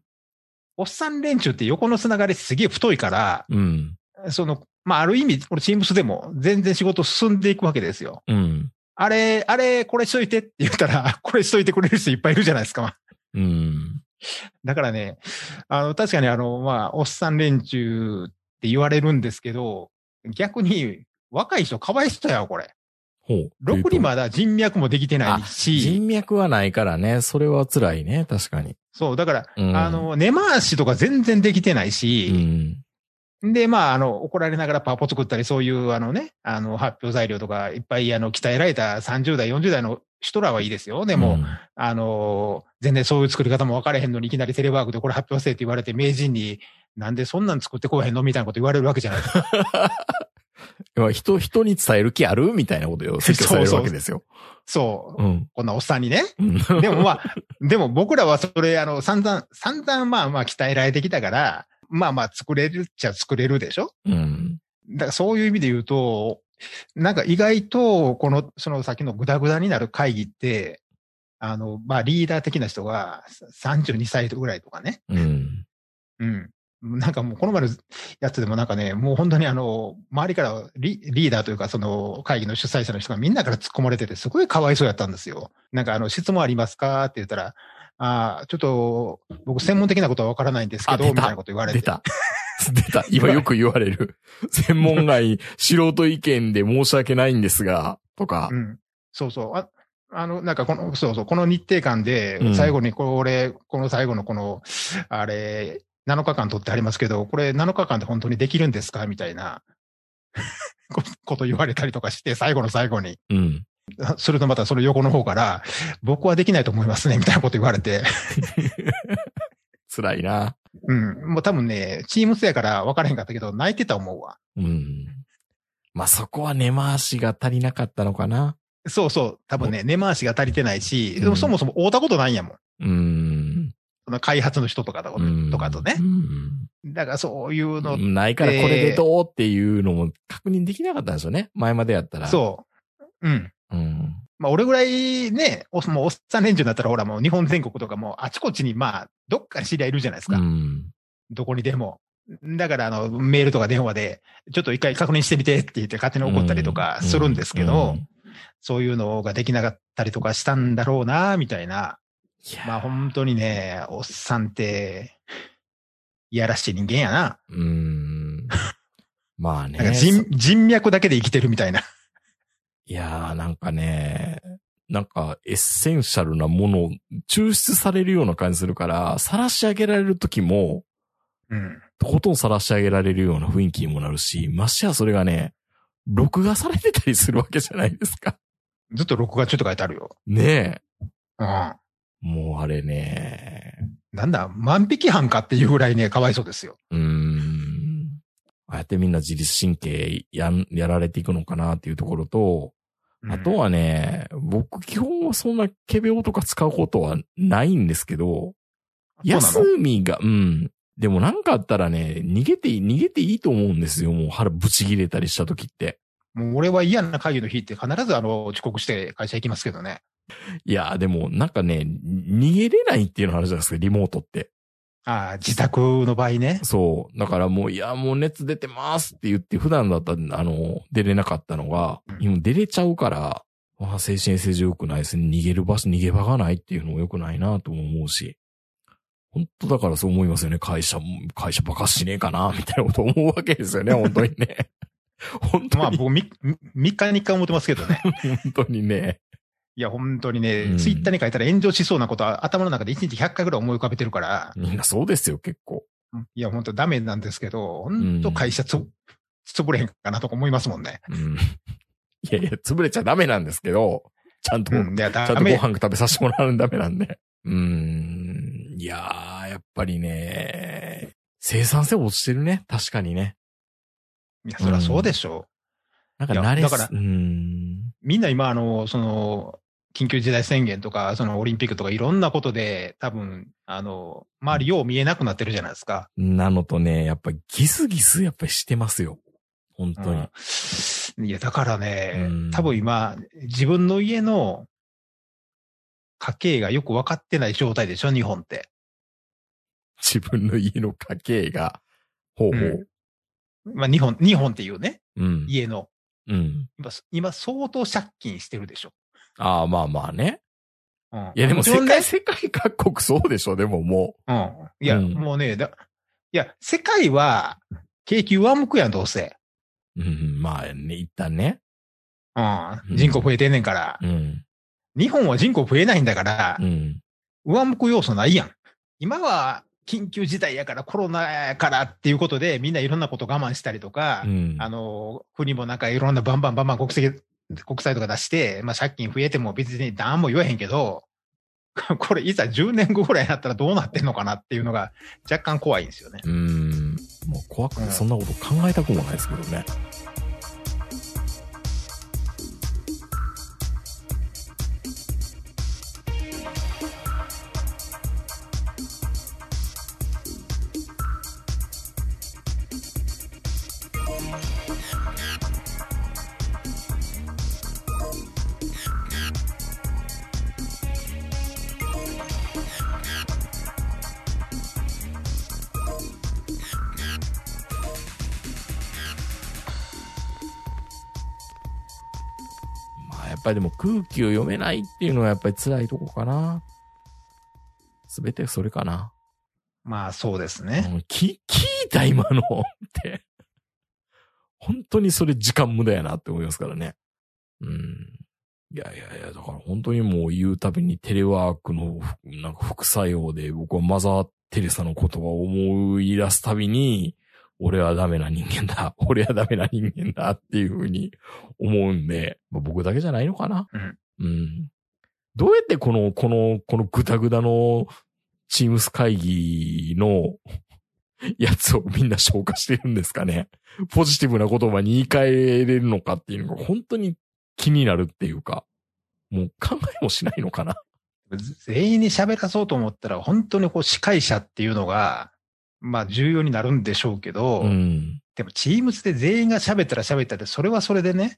おっさん連中って横のつながりすげえ太いから、うん。その、まあ、ある意味、これ、チームスでも全然仕事進んでいくわけですよ。うん。あれ、あれ、これしといてって言ったら、 これしといてくれる人いっぱいいるじゃないですか。うん。だからね、あの、確かにあの、まあ、おっさん連中って言われるんですけど、逆に、若い人かわいそうやわ、これ。ほう。ろくにまだ人脈もできてなあいし、人脈はないからね、それは辛いね、確かに。そう、だから、うんあの、根回しとか全然できてないうし、ん。で、まあ、あの、怒られながらパワポ作ったり、そういう、あのね、あの、発表材料とか、いっぱい、あの、鍛えられた30代、40代の人らはいいですよ。ででも、、あの、全然そういう作り方も分からへんのに、いきなりテレワークでこれ発表せえって言われて、名人に、なんでそんなん作ってこうへんのみたいなこと言われるわけじゃないですか。まあ人、人に伝える気あるみたいなこと よ。説教されるわけですよ。そう。うん。こんなおっさんにね。うん。でもまあ、でも僕らはそれ、あの、散々、散々まあまあ鍛えられてきたから、まあまあ作れるっちゃ作れるでしょうん。だからそういう意味で言うと、なんか意外と、この、その先のグダグダになる会議って、あの、まあリーダー的な人が32歳ぐらいとかね。うん。うん。なんかもうこの前のやつでもなんかね、もう本当にあの、周りからリリーダーというかその会議の主催者の人がみんなから突っ込まれてて、すごいかわいそうやったんですよ。なんかあの、質問ありますかって言ったら、ああ、ちょっと僕専門的なことはわからないんですけど、あ出みたたいなこと言われて。出た。 出た。今よく言われる。専門外、素人意見で申し訳ないんですが、とかう。ん。そうそう。ああの、なんかこの、そうそう、この日程間うで、ん最後にこれ、この最後のこの、あれ、7日間取ってありますけど、これ7日間で本当にできるんですかみたいな ここと言われたりとかして、最後の最後に。 うん。あそれとまたその横の方から、僕はできないと思いますね、みたいなこと言われて。 辛いな。うん。もう多分ね、チームスやから分からへんかったけど、泣いてた思うわ。うん。まあ、そこは根回しが足りなかったのかな。そうそう。多分ね、根回しが足りてないし、うんでもそもそも会うたことないんやもん。うん。その開発の人とかとう、んとかとね。うんだからそういうの、ないからこれでどうっていうのも確認できなかったんですよね。前までやったら。そう。うん。う。うん。まあ、俺ぐらいね、おもうおっさん連中になったら、ほら、もう日本全国とかもうあちこちに、まあ、どっかに知り合いいるじゃないですうか。ん。どこにでも。だから、あの、メールとか電話で、ちょっと一回確認してみてって言って勝手に怒ったりとかするんですけど、うんそういうのができなかったりとかしたんだろうな、みたいな。いやまあ、本当にね、おっさんって、いやらしい人間やな。うん。まあね。なんか人、人脈だけで生きてるみたいな。いやー、なんかね、なんかエッセンシャルなものを抽出されるような感じするから、晒し上げられる時も、うん。とことん晒し上げられるような雰囲気にもなるし、ましてやそれがね、録画されてたりするわけじゃないですか。ずっと録画中とか書いてあるよ。ねえ。うん。もうあれね、なんだ、万引き犯かっていうぐらいね、かわいそうですよ。うーん。ああやってみんな自律神経やん、やられていくのかなっていうところと、うんあと、はね、僕基本はそんなケベオとか使うことはないんですけど、そ休うなのみが、うん。でもなんかあったらね、逃げていい、逃げていいと思うんですよ。もう腹ぶち切れたりした時って。もう俺は嫌な会議の日って必ずあの、遅刻して会社行きますけどね。いやー、でもなんかね、逃げれないっていうのがあるじゃないですか、リモートって。ああ、自宅の場合ね。そう。だからもう、いや、もう熱出てますって言って、普段だったら、あの、出れなかったのがうん、今出れちゃうから、まあ、精神衛生上良くないですね。逃げる場所、逃げ場がないっていうのも良くないなとも思うし。本当だからそう思いますよね。会社、会社バカしねえかな、 みたいなこと思うわけですよね。本当に ね。本ま当あに、僕み、み3日に1回思ってますけ どね。本当にね。いや、本当にうねん、ツイッターに書いたら炎上しそうなことは頭の中で1日100回ぐらい思い浮かべてるから、みんなそうですよ、結構。いや、本当ダメなんですけど、本当会社つ、潰れへんかなとか思いますもんね。 うん。いやいや、潰れちゃダメなんですけど、ちゃんと、うん、いちゃや、ダんとごメ。飯食べさせてもらうんダメなんで。うーん。いやー、やっぱりね、生産性落ちてるね。確かにね。いや、そりゃそうでしょなんかいや慣れだすからうーん。う。みんな今、あの、その、緊急事態宣言とか、そのオリンピックとかいろんなことで、多分、あの、周りよう見えなくなってるじゃないですか。なのとね、やっぱギスギスやっぱりしてますよ。本当に。うんいや、だからねうん、多分今、自分の家の家計がよく分かってない状態でしょ、日本って。自分の家の家計が、ほうほう。まあ、日本、日本っていうね、うん。家の。うん。今、今相当借金してるでしょ。ああ、まあまあね。うん、いやでもちろ世んね界、世界各国そうでしょ、でももうん。いや、うんもうね、だいや、世界は景気上向くやん、どうせ。う。うん、まあね、一旦ね。ううんん。人口増えてんねんから。うん。日本は人口増えないんだからう、ん。上向く要素ないやん。今は緊急事態やから、コロナやからっていうことで、みんないろんなこと我慢したりとか、うん。あの、国もなんかいろんなバンバンバンバン国籍、国債とか出して、まあ借金増えても別に何も言わへんけど、 これいざ10年後ぐらいになったらどうなってんのかなっていうのが若干怖いんですよね。うん。もう怖くてそんなこと考えたくもないですけどね。まあやっぱりでも空気を読めないっていうのはやっぱり辛いとこかな。すべてそれかな。まあそうですね。うんき、聞いた今のって。本当にそれ時間無駄やなって思いますからね。うん。いやいやいや、だから本当にもう言うたびにテレワークのなんか副作用で僕はマザー・テレサの言葉を思い出すたびに、俺はダメな人間だ。俺はダメな人間だっていうふうに思うんで、まあ、僕だけじゃないのかな。うん。うん。どうやってこの、この、このグダグダのチームス会議のやつをみんな消化してるんですかね。ポジティブな言葉に言い換えれるのかっていうのが本当に気になるっていうか、もう考えもしないのかな。全員に喋らそうと思ったら本当にこう司会者っていうのが、まあ重要になるんでしょうけど、うん。でもチームズで全員が喋ったら喋ったで、それはそれでね、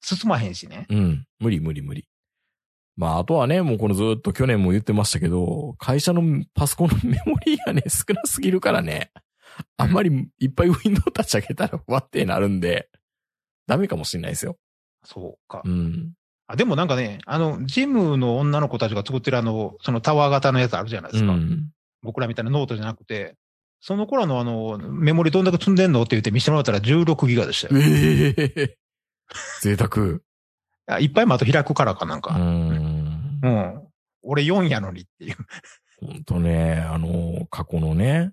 進まへんしね。うん。無理無理無理。まあ、あとはね、もうこのずっと去年も言ってましたけど、会社のパソコンのメモリーがね、 少なすぎるからね、あんまりいっぱいウィンドウ立ち上げたらわってなるんで、ダメかもしれないですよ。そうかう。ん。あでもなんかね、あの、ジムの女の子たちが作ってるあの、そのタワー型のやつあるじゃないでうすか。ん。僕らみたいなノートじゃなくて、その頃のあの、メモリどんだけ積んでんのって言って見せてもらったら16ギガでしたよ。ええ贅沢。あいっぱいまた開くからかなんうか。ん。うん。俺4やのにっていう。ほんとね、あの、過去のね、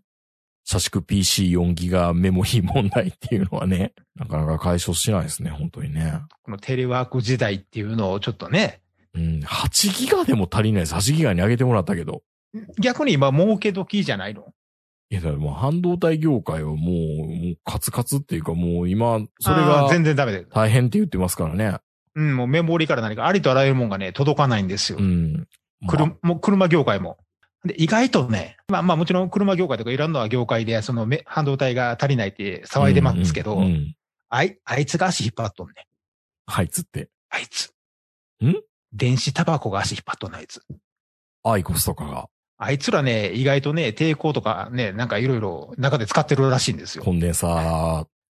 社畜 PC4 ギガメモリー問題っていうのはね、なかなか解消しないですね、本当にね。このテレワーク時代っていうのをちょっとね、うん、8ギガでも足りないです。8ギガに上げてもらったけど。逆に今儲け時じゃないのいや、だからもう半導体業界はもう、もうカツカツっていうかもう今、それあがー全然ダメで。大変って言ってますからね。うん、もうメモリから何かありとあらゆるもんがね、届かないんですよ。うん。まあ車、もう車業界も。で、意外とね、まあまあもちろん車業界とかいろんな業界で、そのめ半導体が足りないって騒いでますけど、うんうんあい、あいつが足引っ張っとんね。はい、つって。あいつ。ん電子タバコが足引っ張っとんね、あいつ。アイコスとかがあいつらね、意外とね、抵抗とかね、なんかいろいろ中で使ってるらしいんですよコ。ンデンサ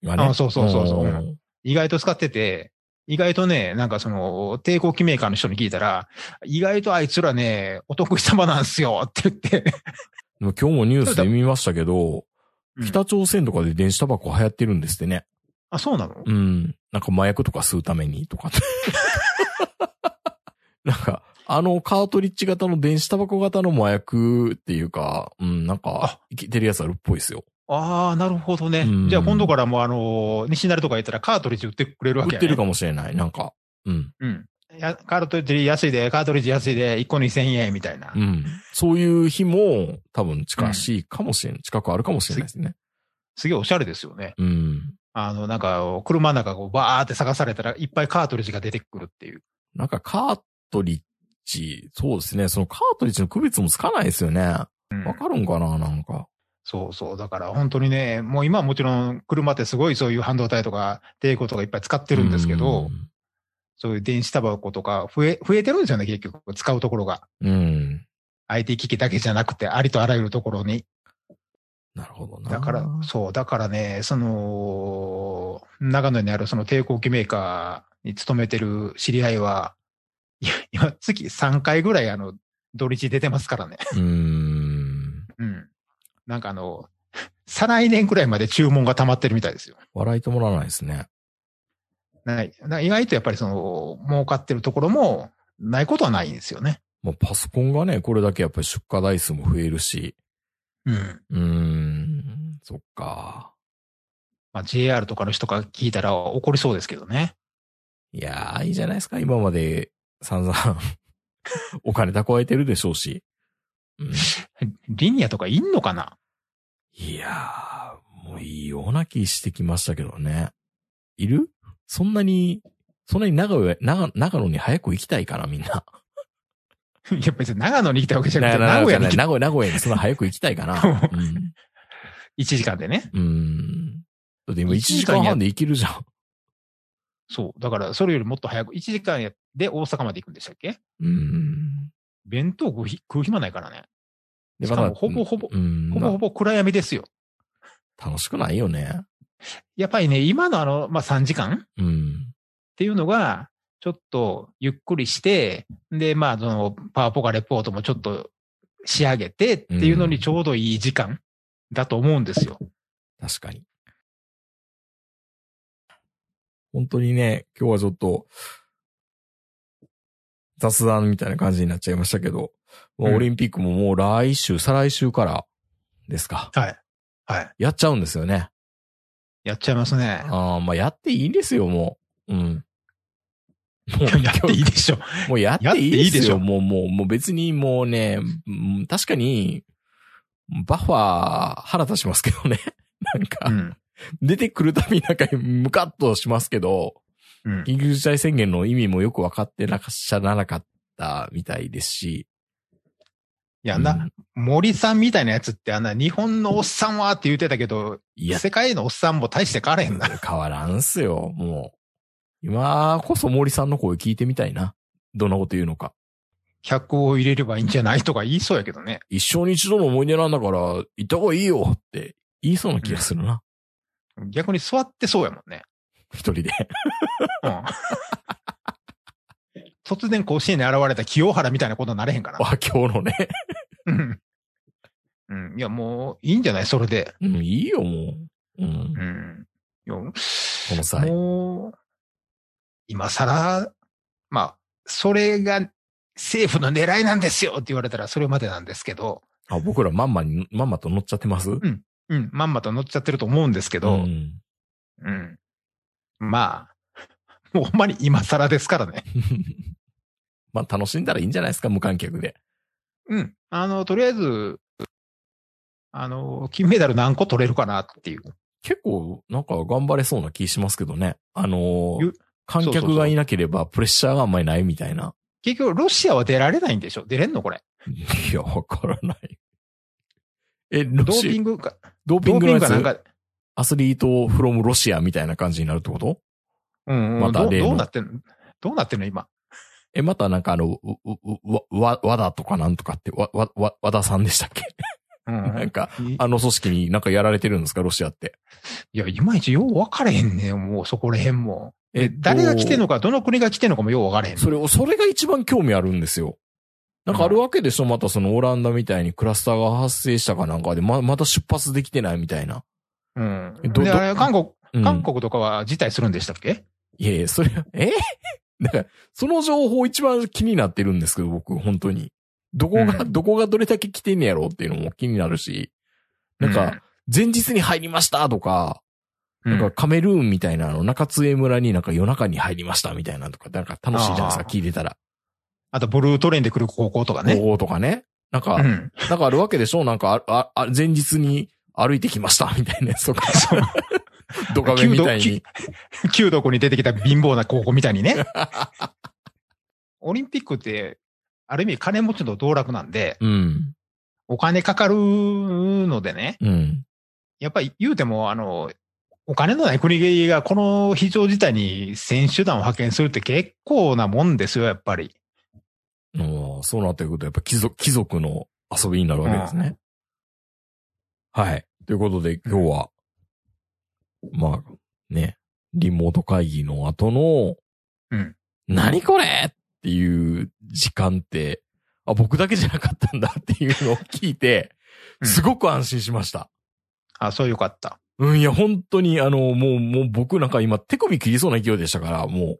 ーがね。あそうそうそうそうん意外と使ってて、意外とね、なんかその、抵抗機メーカーの人に聞いたら、意外とあいつらね、お得意様なんすよって言って。でも今日もニュースで見ましたけど、うん北朝鮮とかで電子タバコ流行ってるんですってね。あ、そうなのうん。なんか麻薬とか吸うためにとかって。 なんか、あのカートリッジ型の電子タバコ型の麻薬っていうか、うん、なんか、いけてるやつあるっぽいですよ。ああ、なるほどねうん。じゃあ今度からもうあのー、西成とか行ったらカートリッジ売ってくれるわ売っけや、てね。るかもしれない。なんか、うん。うん。やカートリッジ安いで、カートリッジ安いで、1個2000円みたいな。うん。そういう日も多分近しいかもしれん。近くあるかもしれないですね。すげえおしゃれですよね。うん。あの、なんか、車の中をバーって探されたら、いっぱいカートリッジが出てくるっていう。なんかカートリッジ、そうですね。そのカートリッジの区別もつかないですよね。わうんかるんかななんか。そうそう。だから本当にね、もう今はもちろん車ってすごいそういう半導体とか、抵抗とかいっぱい使ってるんですけど、そういう電子タバコとか増え、増えてるんですよね、結局。使うところが。うん。うん。 IT 機器だけじゃなくて、ありとあらゆるところに。なるほどな。だから、そう、だからね、その、長野にあるその抵抗機メーカーに勤めてる知り合いは、いや今、月3回ぐらい、あの、土日出てますからね。 うーん。うん。なんかあの、再来年ぐらいまで注文が溜まってるみたいですよ。笑いともらわないですね。ない。だから意外とやっぱりその、儲かってるところも、ないことはないんですよね。まあ、パソコンがね、これだけやっぱり出荷台数も増えるし、うん。うーん、そっか。まあ、JR とかの人が聞いたら怒りそうですけどね。いやー、いいじゃないですか。今まで散々 お金蓄えてるでしょうし。うん、リニアとかいんのかない やー、もういいような気してきましたけどね。いるそんなに、そんなに長野へ、長長野に早く行きたいかな、みんな。いや、別に長野に来たわけじゃなくて、名名古古屋屋にに、来た名古屋、名古屋にそんな早く行きたいか な。うん1時間でね。うん。だって今1時間半で行けるじゃん。そう。だから、それよりもっと早く、1時間やで大阪まで行くんでしたっけうん。弁当食うひ食う暇ないからね。でしかもほぼほぼうん、ほぼほぼ暗闇ですよ。楽しくないよね。やっぱりね、今のあの、まあ、3時間っうん。ていうのが、ちょっとゆっくりして、で、まあ、その、パワポかレポートもちょっと仕上げてっていうのにちょうどいい時間だと思うんですよ。確かに。本当にね、今日はちょっと、雑談みたいな感じになっちゃいましたけど、もううんオリンピックももう来週、再来週からですか。はい。はい。やっちゃうんですよね。やっちゃいますね。ああ、まあやっていいんですよ、もう。うん。もいややっていいでしょ。もうやっていいですよ。やっていいでしょもう、もう、もう別にもうね、うん確かに、バッファー腹立ちますけどね。 なんか、うん。出てくるたびなんかムカッとしますけど、うん。緊急事態宣言の意味もよく分かってなかっしゃらなかったみたいですし。いや、な、うん森さんみたいなやつってあんな日本のおっさんはって言ってたけど、いや、世界のおっさんも大して変わらへんな。 変わらんすよ、もう。今こそ森さんの声聞いてみたいな。どんなこと言うのか。 100を入れればいいんじゃないとか言いそうやけどね。一生に一度の思い出なんだから、行った方がいいよって言いそうな気がするな。逆に座ってそうやもんね。一人 で。うん 突然甲子園に現れた清原みたいなことになれへんかな。あ、今日のね。うん。うん。いや、もういいんじゃないそれで。うん、いいよ、もう。うんう。ん。いやこの際。もう、今更、まあ、それが政府の狙いなんですよって言われたらそれまでなんですけど、あ、僕らまんまに、まんまと乗っちゃってますうん、まんまと乗っちゃってると思うんですけど、うん。ん。まあ、 もうほんまに今更ですから ね。まあ、楽しんだらいいんじゃないですか、無観客で。うん。あの、とりあえず、あの、金メダル何個取れるかなっていう。結構、なんか頑張れそうな気しますけどね。あのーゆ観そうそう客そがういなければプレッシャーがあんまりないみたいな。 結局、ロシアは出られないんでしょ出れんのこれ。いや、わからない。 え、ロドーピシングか、ドードピーングピのングやかなんつか、アスリートフロムロシアみたいな感じになるってことうん、うんまたどう例のどうなってんのどうなってんの今。え、またなんかあの、ううわ、わ、わだとかなんとかって、わ、わ、わ、わださんでした っけうなんん。か、いあの組織になんかやられてるんですか、ロシアって。いや、いまいちよう分かれへんねん、もうそこら辺も。え、っと誰が来てんのか、どの国が来てんのかもよう分かれへん。それを、それが一番興味あるんですよ。なんかあるわけでしょまたそのオランダみたいにクラスターが発生したかなんかで、ま、また出発できてないみたいな。うん。どで、どあれ、韓国、うん、韓国とかは辞退するんでしたっけ、いやいや、それ、え だから、その情報一番気になってるんですけど、僕、本当に。どこが、うどこがどれだけ来てんねやろうっていうのも気になるし、なんか、前日に入りましたとか、うん、なんかカメルーンみたいなあの、中津江村になんか夜中に入りましたみたいなのとか、なんか楽しいじゃないですか、あー聞いてたら。あと、ブルートレインで来る高校とかね。おーとかね。なんか、うん。 なんかあるわけでしょなんかあ、あ、あ前日に歩いてきました、 みたいなやつとか。そう。ドカベンみたいに。旧毒に出てきた貧乏な高校みたい にね。オリンピックって、ある意味金持ちの道楽なんで、うん。お金かかるのでね、うん。やっぱり言うても、あの、お金のない国がこの非常事態に選手団を派遣するって結構なもんですよ、やっぱり。もうそうなってくると、やっぱ貴族、貴族の遊びになるわけですね。はい。ということで、今日は、まあ、ね、リモート会議の後の、うん何これっていう時間って、あ、僕だけじゃなかったんだっていうのを聞いて、うんすごく安心しました。あ、そうよかった。うん、いや、本当に、あの、もう、もう僕なんか今手首切りそうな勢いでした から、もう。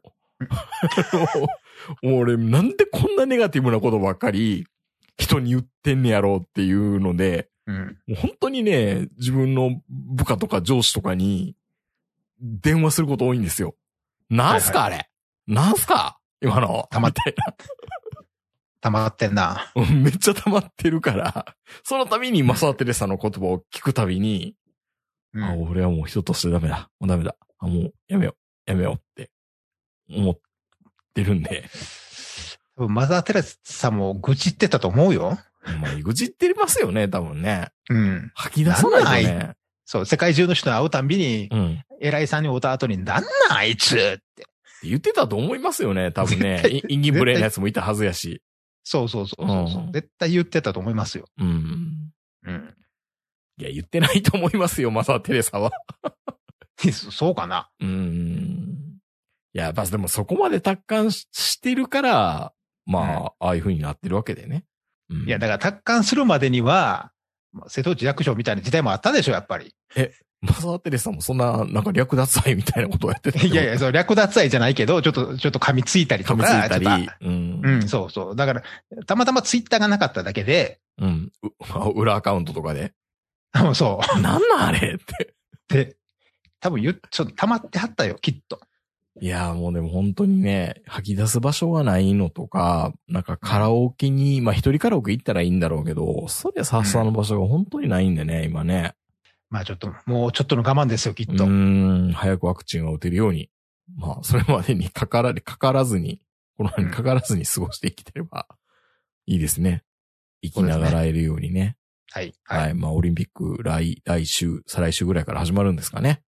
もう俺、なんでこんなネガティブなことばっかり人に言ってんねやろうっていうので、うん。もう本当にね、自分の部下とか上司とかに電話すること多いんですよ。なんすか、あれなんすか今の。溜まっみたいな溜まってんな。うんめっちゃ溜まってるから、そのたびにマサーテレサの言葉を聞くたびに、うんあ、俺はもう人としてダメだ。もうダメだ。あ、もうやめよう。やめようって思ってるん で。多分マザー・テレサも愚痴ってたと思うよ。まあ、愚痴ってますよね、多分ね。うん。吐き出さないとね。そう、世界中の人に会うたんびに、うん。って偉いさんに会うた後に、なんなんあいつって。言ってたと思いますよね、多分ね。いインギブレーのやつもいたはずやし。そうそうそうそうそう、うん絶対言ってたと思いますよ。うん。うん。いや、言ってないと思いますよ、マサーテレサは。そ そうかな。うん。いや、やっぱでもそこまで達観ししてるから、まあ、ああいう風になってるわけでね。うんいや、だから達観するまでには、まあ瀬戸内役所みたいな時代もあったでしょ、やっぱり。マサーテレサもそんな、なんか略奪愛み たいなことをやってたいやいや、 そう、略奪愛じゃないけど、ちょっと、ちょっと噛みついたりと噛か。みついたちょっりと。うんうん、そうそう。だから、たまたまツイッターがなかっただけで、 うん。うあ裏アカウントとかで。あそ なんなんあれって。う。 で、多分言っ、ちょっと溜まってはったよ、きっと。いやーもうでも本当にね、吐き出す場所がないのとか、なんかカラオケに、まあ一人カラオケ行ったらいいんだろうけど、それさっさの場所が本当にないんでね、今ね。まあちょっと、もうちょっとの我慢ですよ、きっうと。ーん、早くワクチンが打てるように。まあ、それまでにかかられ、かからずに、コロナにかからずに過ごして生きてれば、いいですね。生きながらえるようにね。はい。はい、はい。まあ、オリンピック来、来週、再来週ぐらいから始まるんですかね。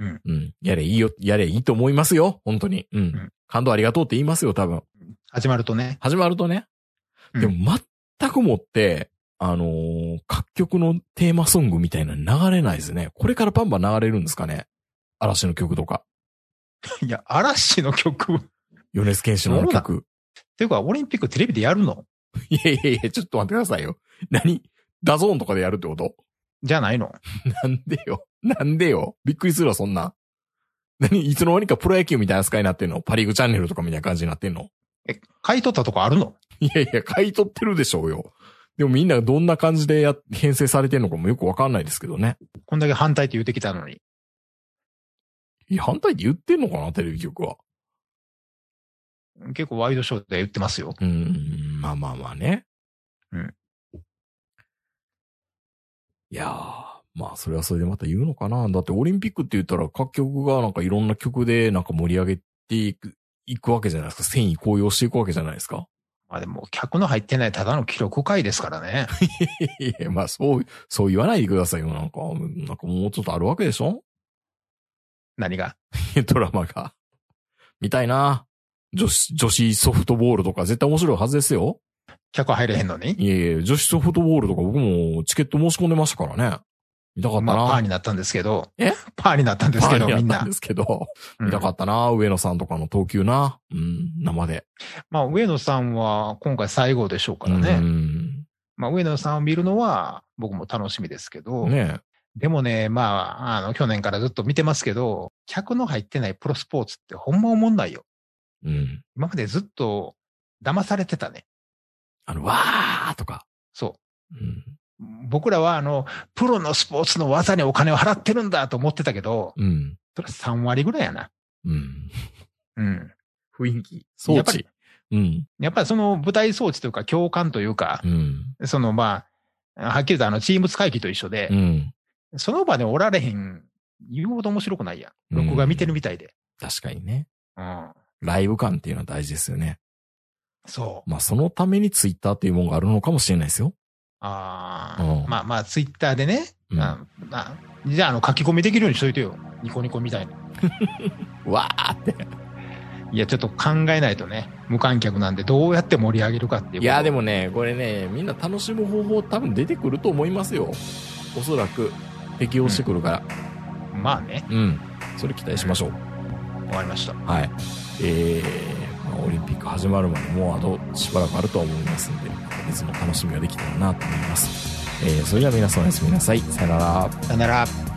うん。うん。やれいいよ、やれいいと思いますよ。本当に。うん。ん感動ありがとうって言いますよ、多分。始まるとね。始まるとね。うんでも、全くもって、あのー各局のテーマソングみたいなの流れないですね。これからバンバン流れるんですかね。嵐の曲とか。いや、嵐の曲。っヨネスケンシロウの曲。ていうか、オリンピックテレビでやるのいやいやいや、ちょっと待ってくださいよ。何ダゾーンとかでやるってことじゃないのなんでよ。なんでよ。びっくりするわ、そんなん。何いつの間にかプロ野球みたいな扱いになってんのパリーグチャンネルとかみたいな感じになってんの え、買い取ったとこあるのいやいや、買い取ってるでしょうよ。でもみんなどんな感じでや、編成されてんのかもよくわかんないですけどね。こんだけ反対って言うてきたのに。いや、反対って言ってんのかなテレビ局は。結構ワイドショーで言ってますよ。うーん、まあまあまあね。うん。いやー、まあそれはそれでまた言うのかな。だってオリンピックって言ったら各局がなんかいろんな曲でなんか盛り上げていく、いくわけじゃないですか。戦意高揚していくわけじゃないですか。まあでも、客の入ってないただの記録会ですから ね。いやいや、まあそう、そう言わないでくださいよ。なんか、なんかもうちょっとあるわけでしょ 何が。ドラマが。みたいな。女子、女子ソフトボールとか絶対面白いはずですよ。客入れへんのに。いやいや、女子ソフトボールとか僕もチケット申し込んでましたからね。見たかったな。まあ、パーになったんですけど。えパーになったんですけど、パーみにんなったな。んですけど。 見たうかんったな、上野さんとかの投球な。うん、生で。まあ、上野さんは今回最後でしょうからうね。ん。まあ、上野さんを見るのは僕も楽しみですけど。ねでもね、まあ、あの、去年からずっと見てますけど、客の入ってないプロスポーツってほんま思んないよ。うん。今までずっと騙されてたね。あの、わーとか。そう。うん。僕らはあの、プロのスポーツの技にお金を払ってるんだと思ってたけど、うん。それ3割ぐらいやな。うん。うん。雰囲気。装やっぱ置り。うん。やっぱりその舞台装置というか、共感というかう、ん。そのまあ、はっきり言うとあの、チーム使い機と一緒でう、ん。その場でおられへん、言うほど面白くないやん。うん録画見てるみたいで。確かにね。うん。ライブ感っていうのは大事ですよね。そう。まあ、そのためにツイッターっていうものがあるのかもしれないですよ。あうんあ。まあまあ、ツイッターでね、うんああじゃああの、書き込みできるようにしといてよ。ニコニコみたいな。わーって。いや、ちょっと考えないとね、無観客なんでどうやって盛り上げるかっていうこと。いや、でもね、これね、みんな楽しむ方法多分出てくると思いますよ。おそらく。適応してくるから。まあね、うん、それ期待しましょう。わかりました。はい。えー、まあオリンピック始まるまでもうあとしばらくあるとは思いますので、別の楽しみができたらなと思います。えー、それでは皆さんおやすみなさい。さよなら。さよなら。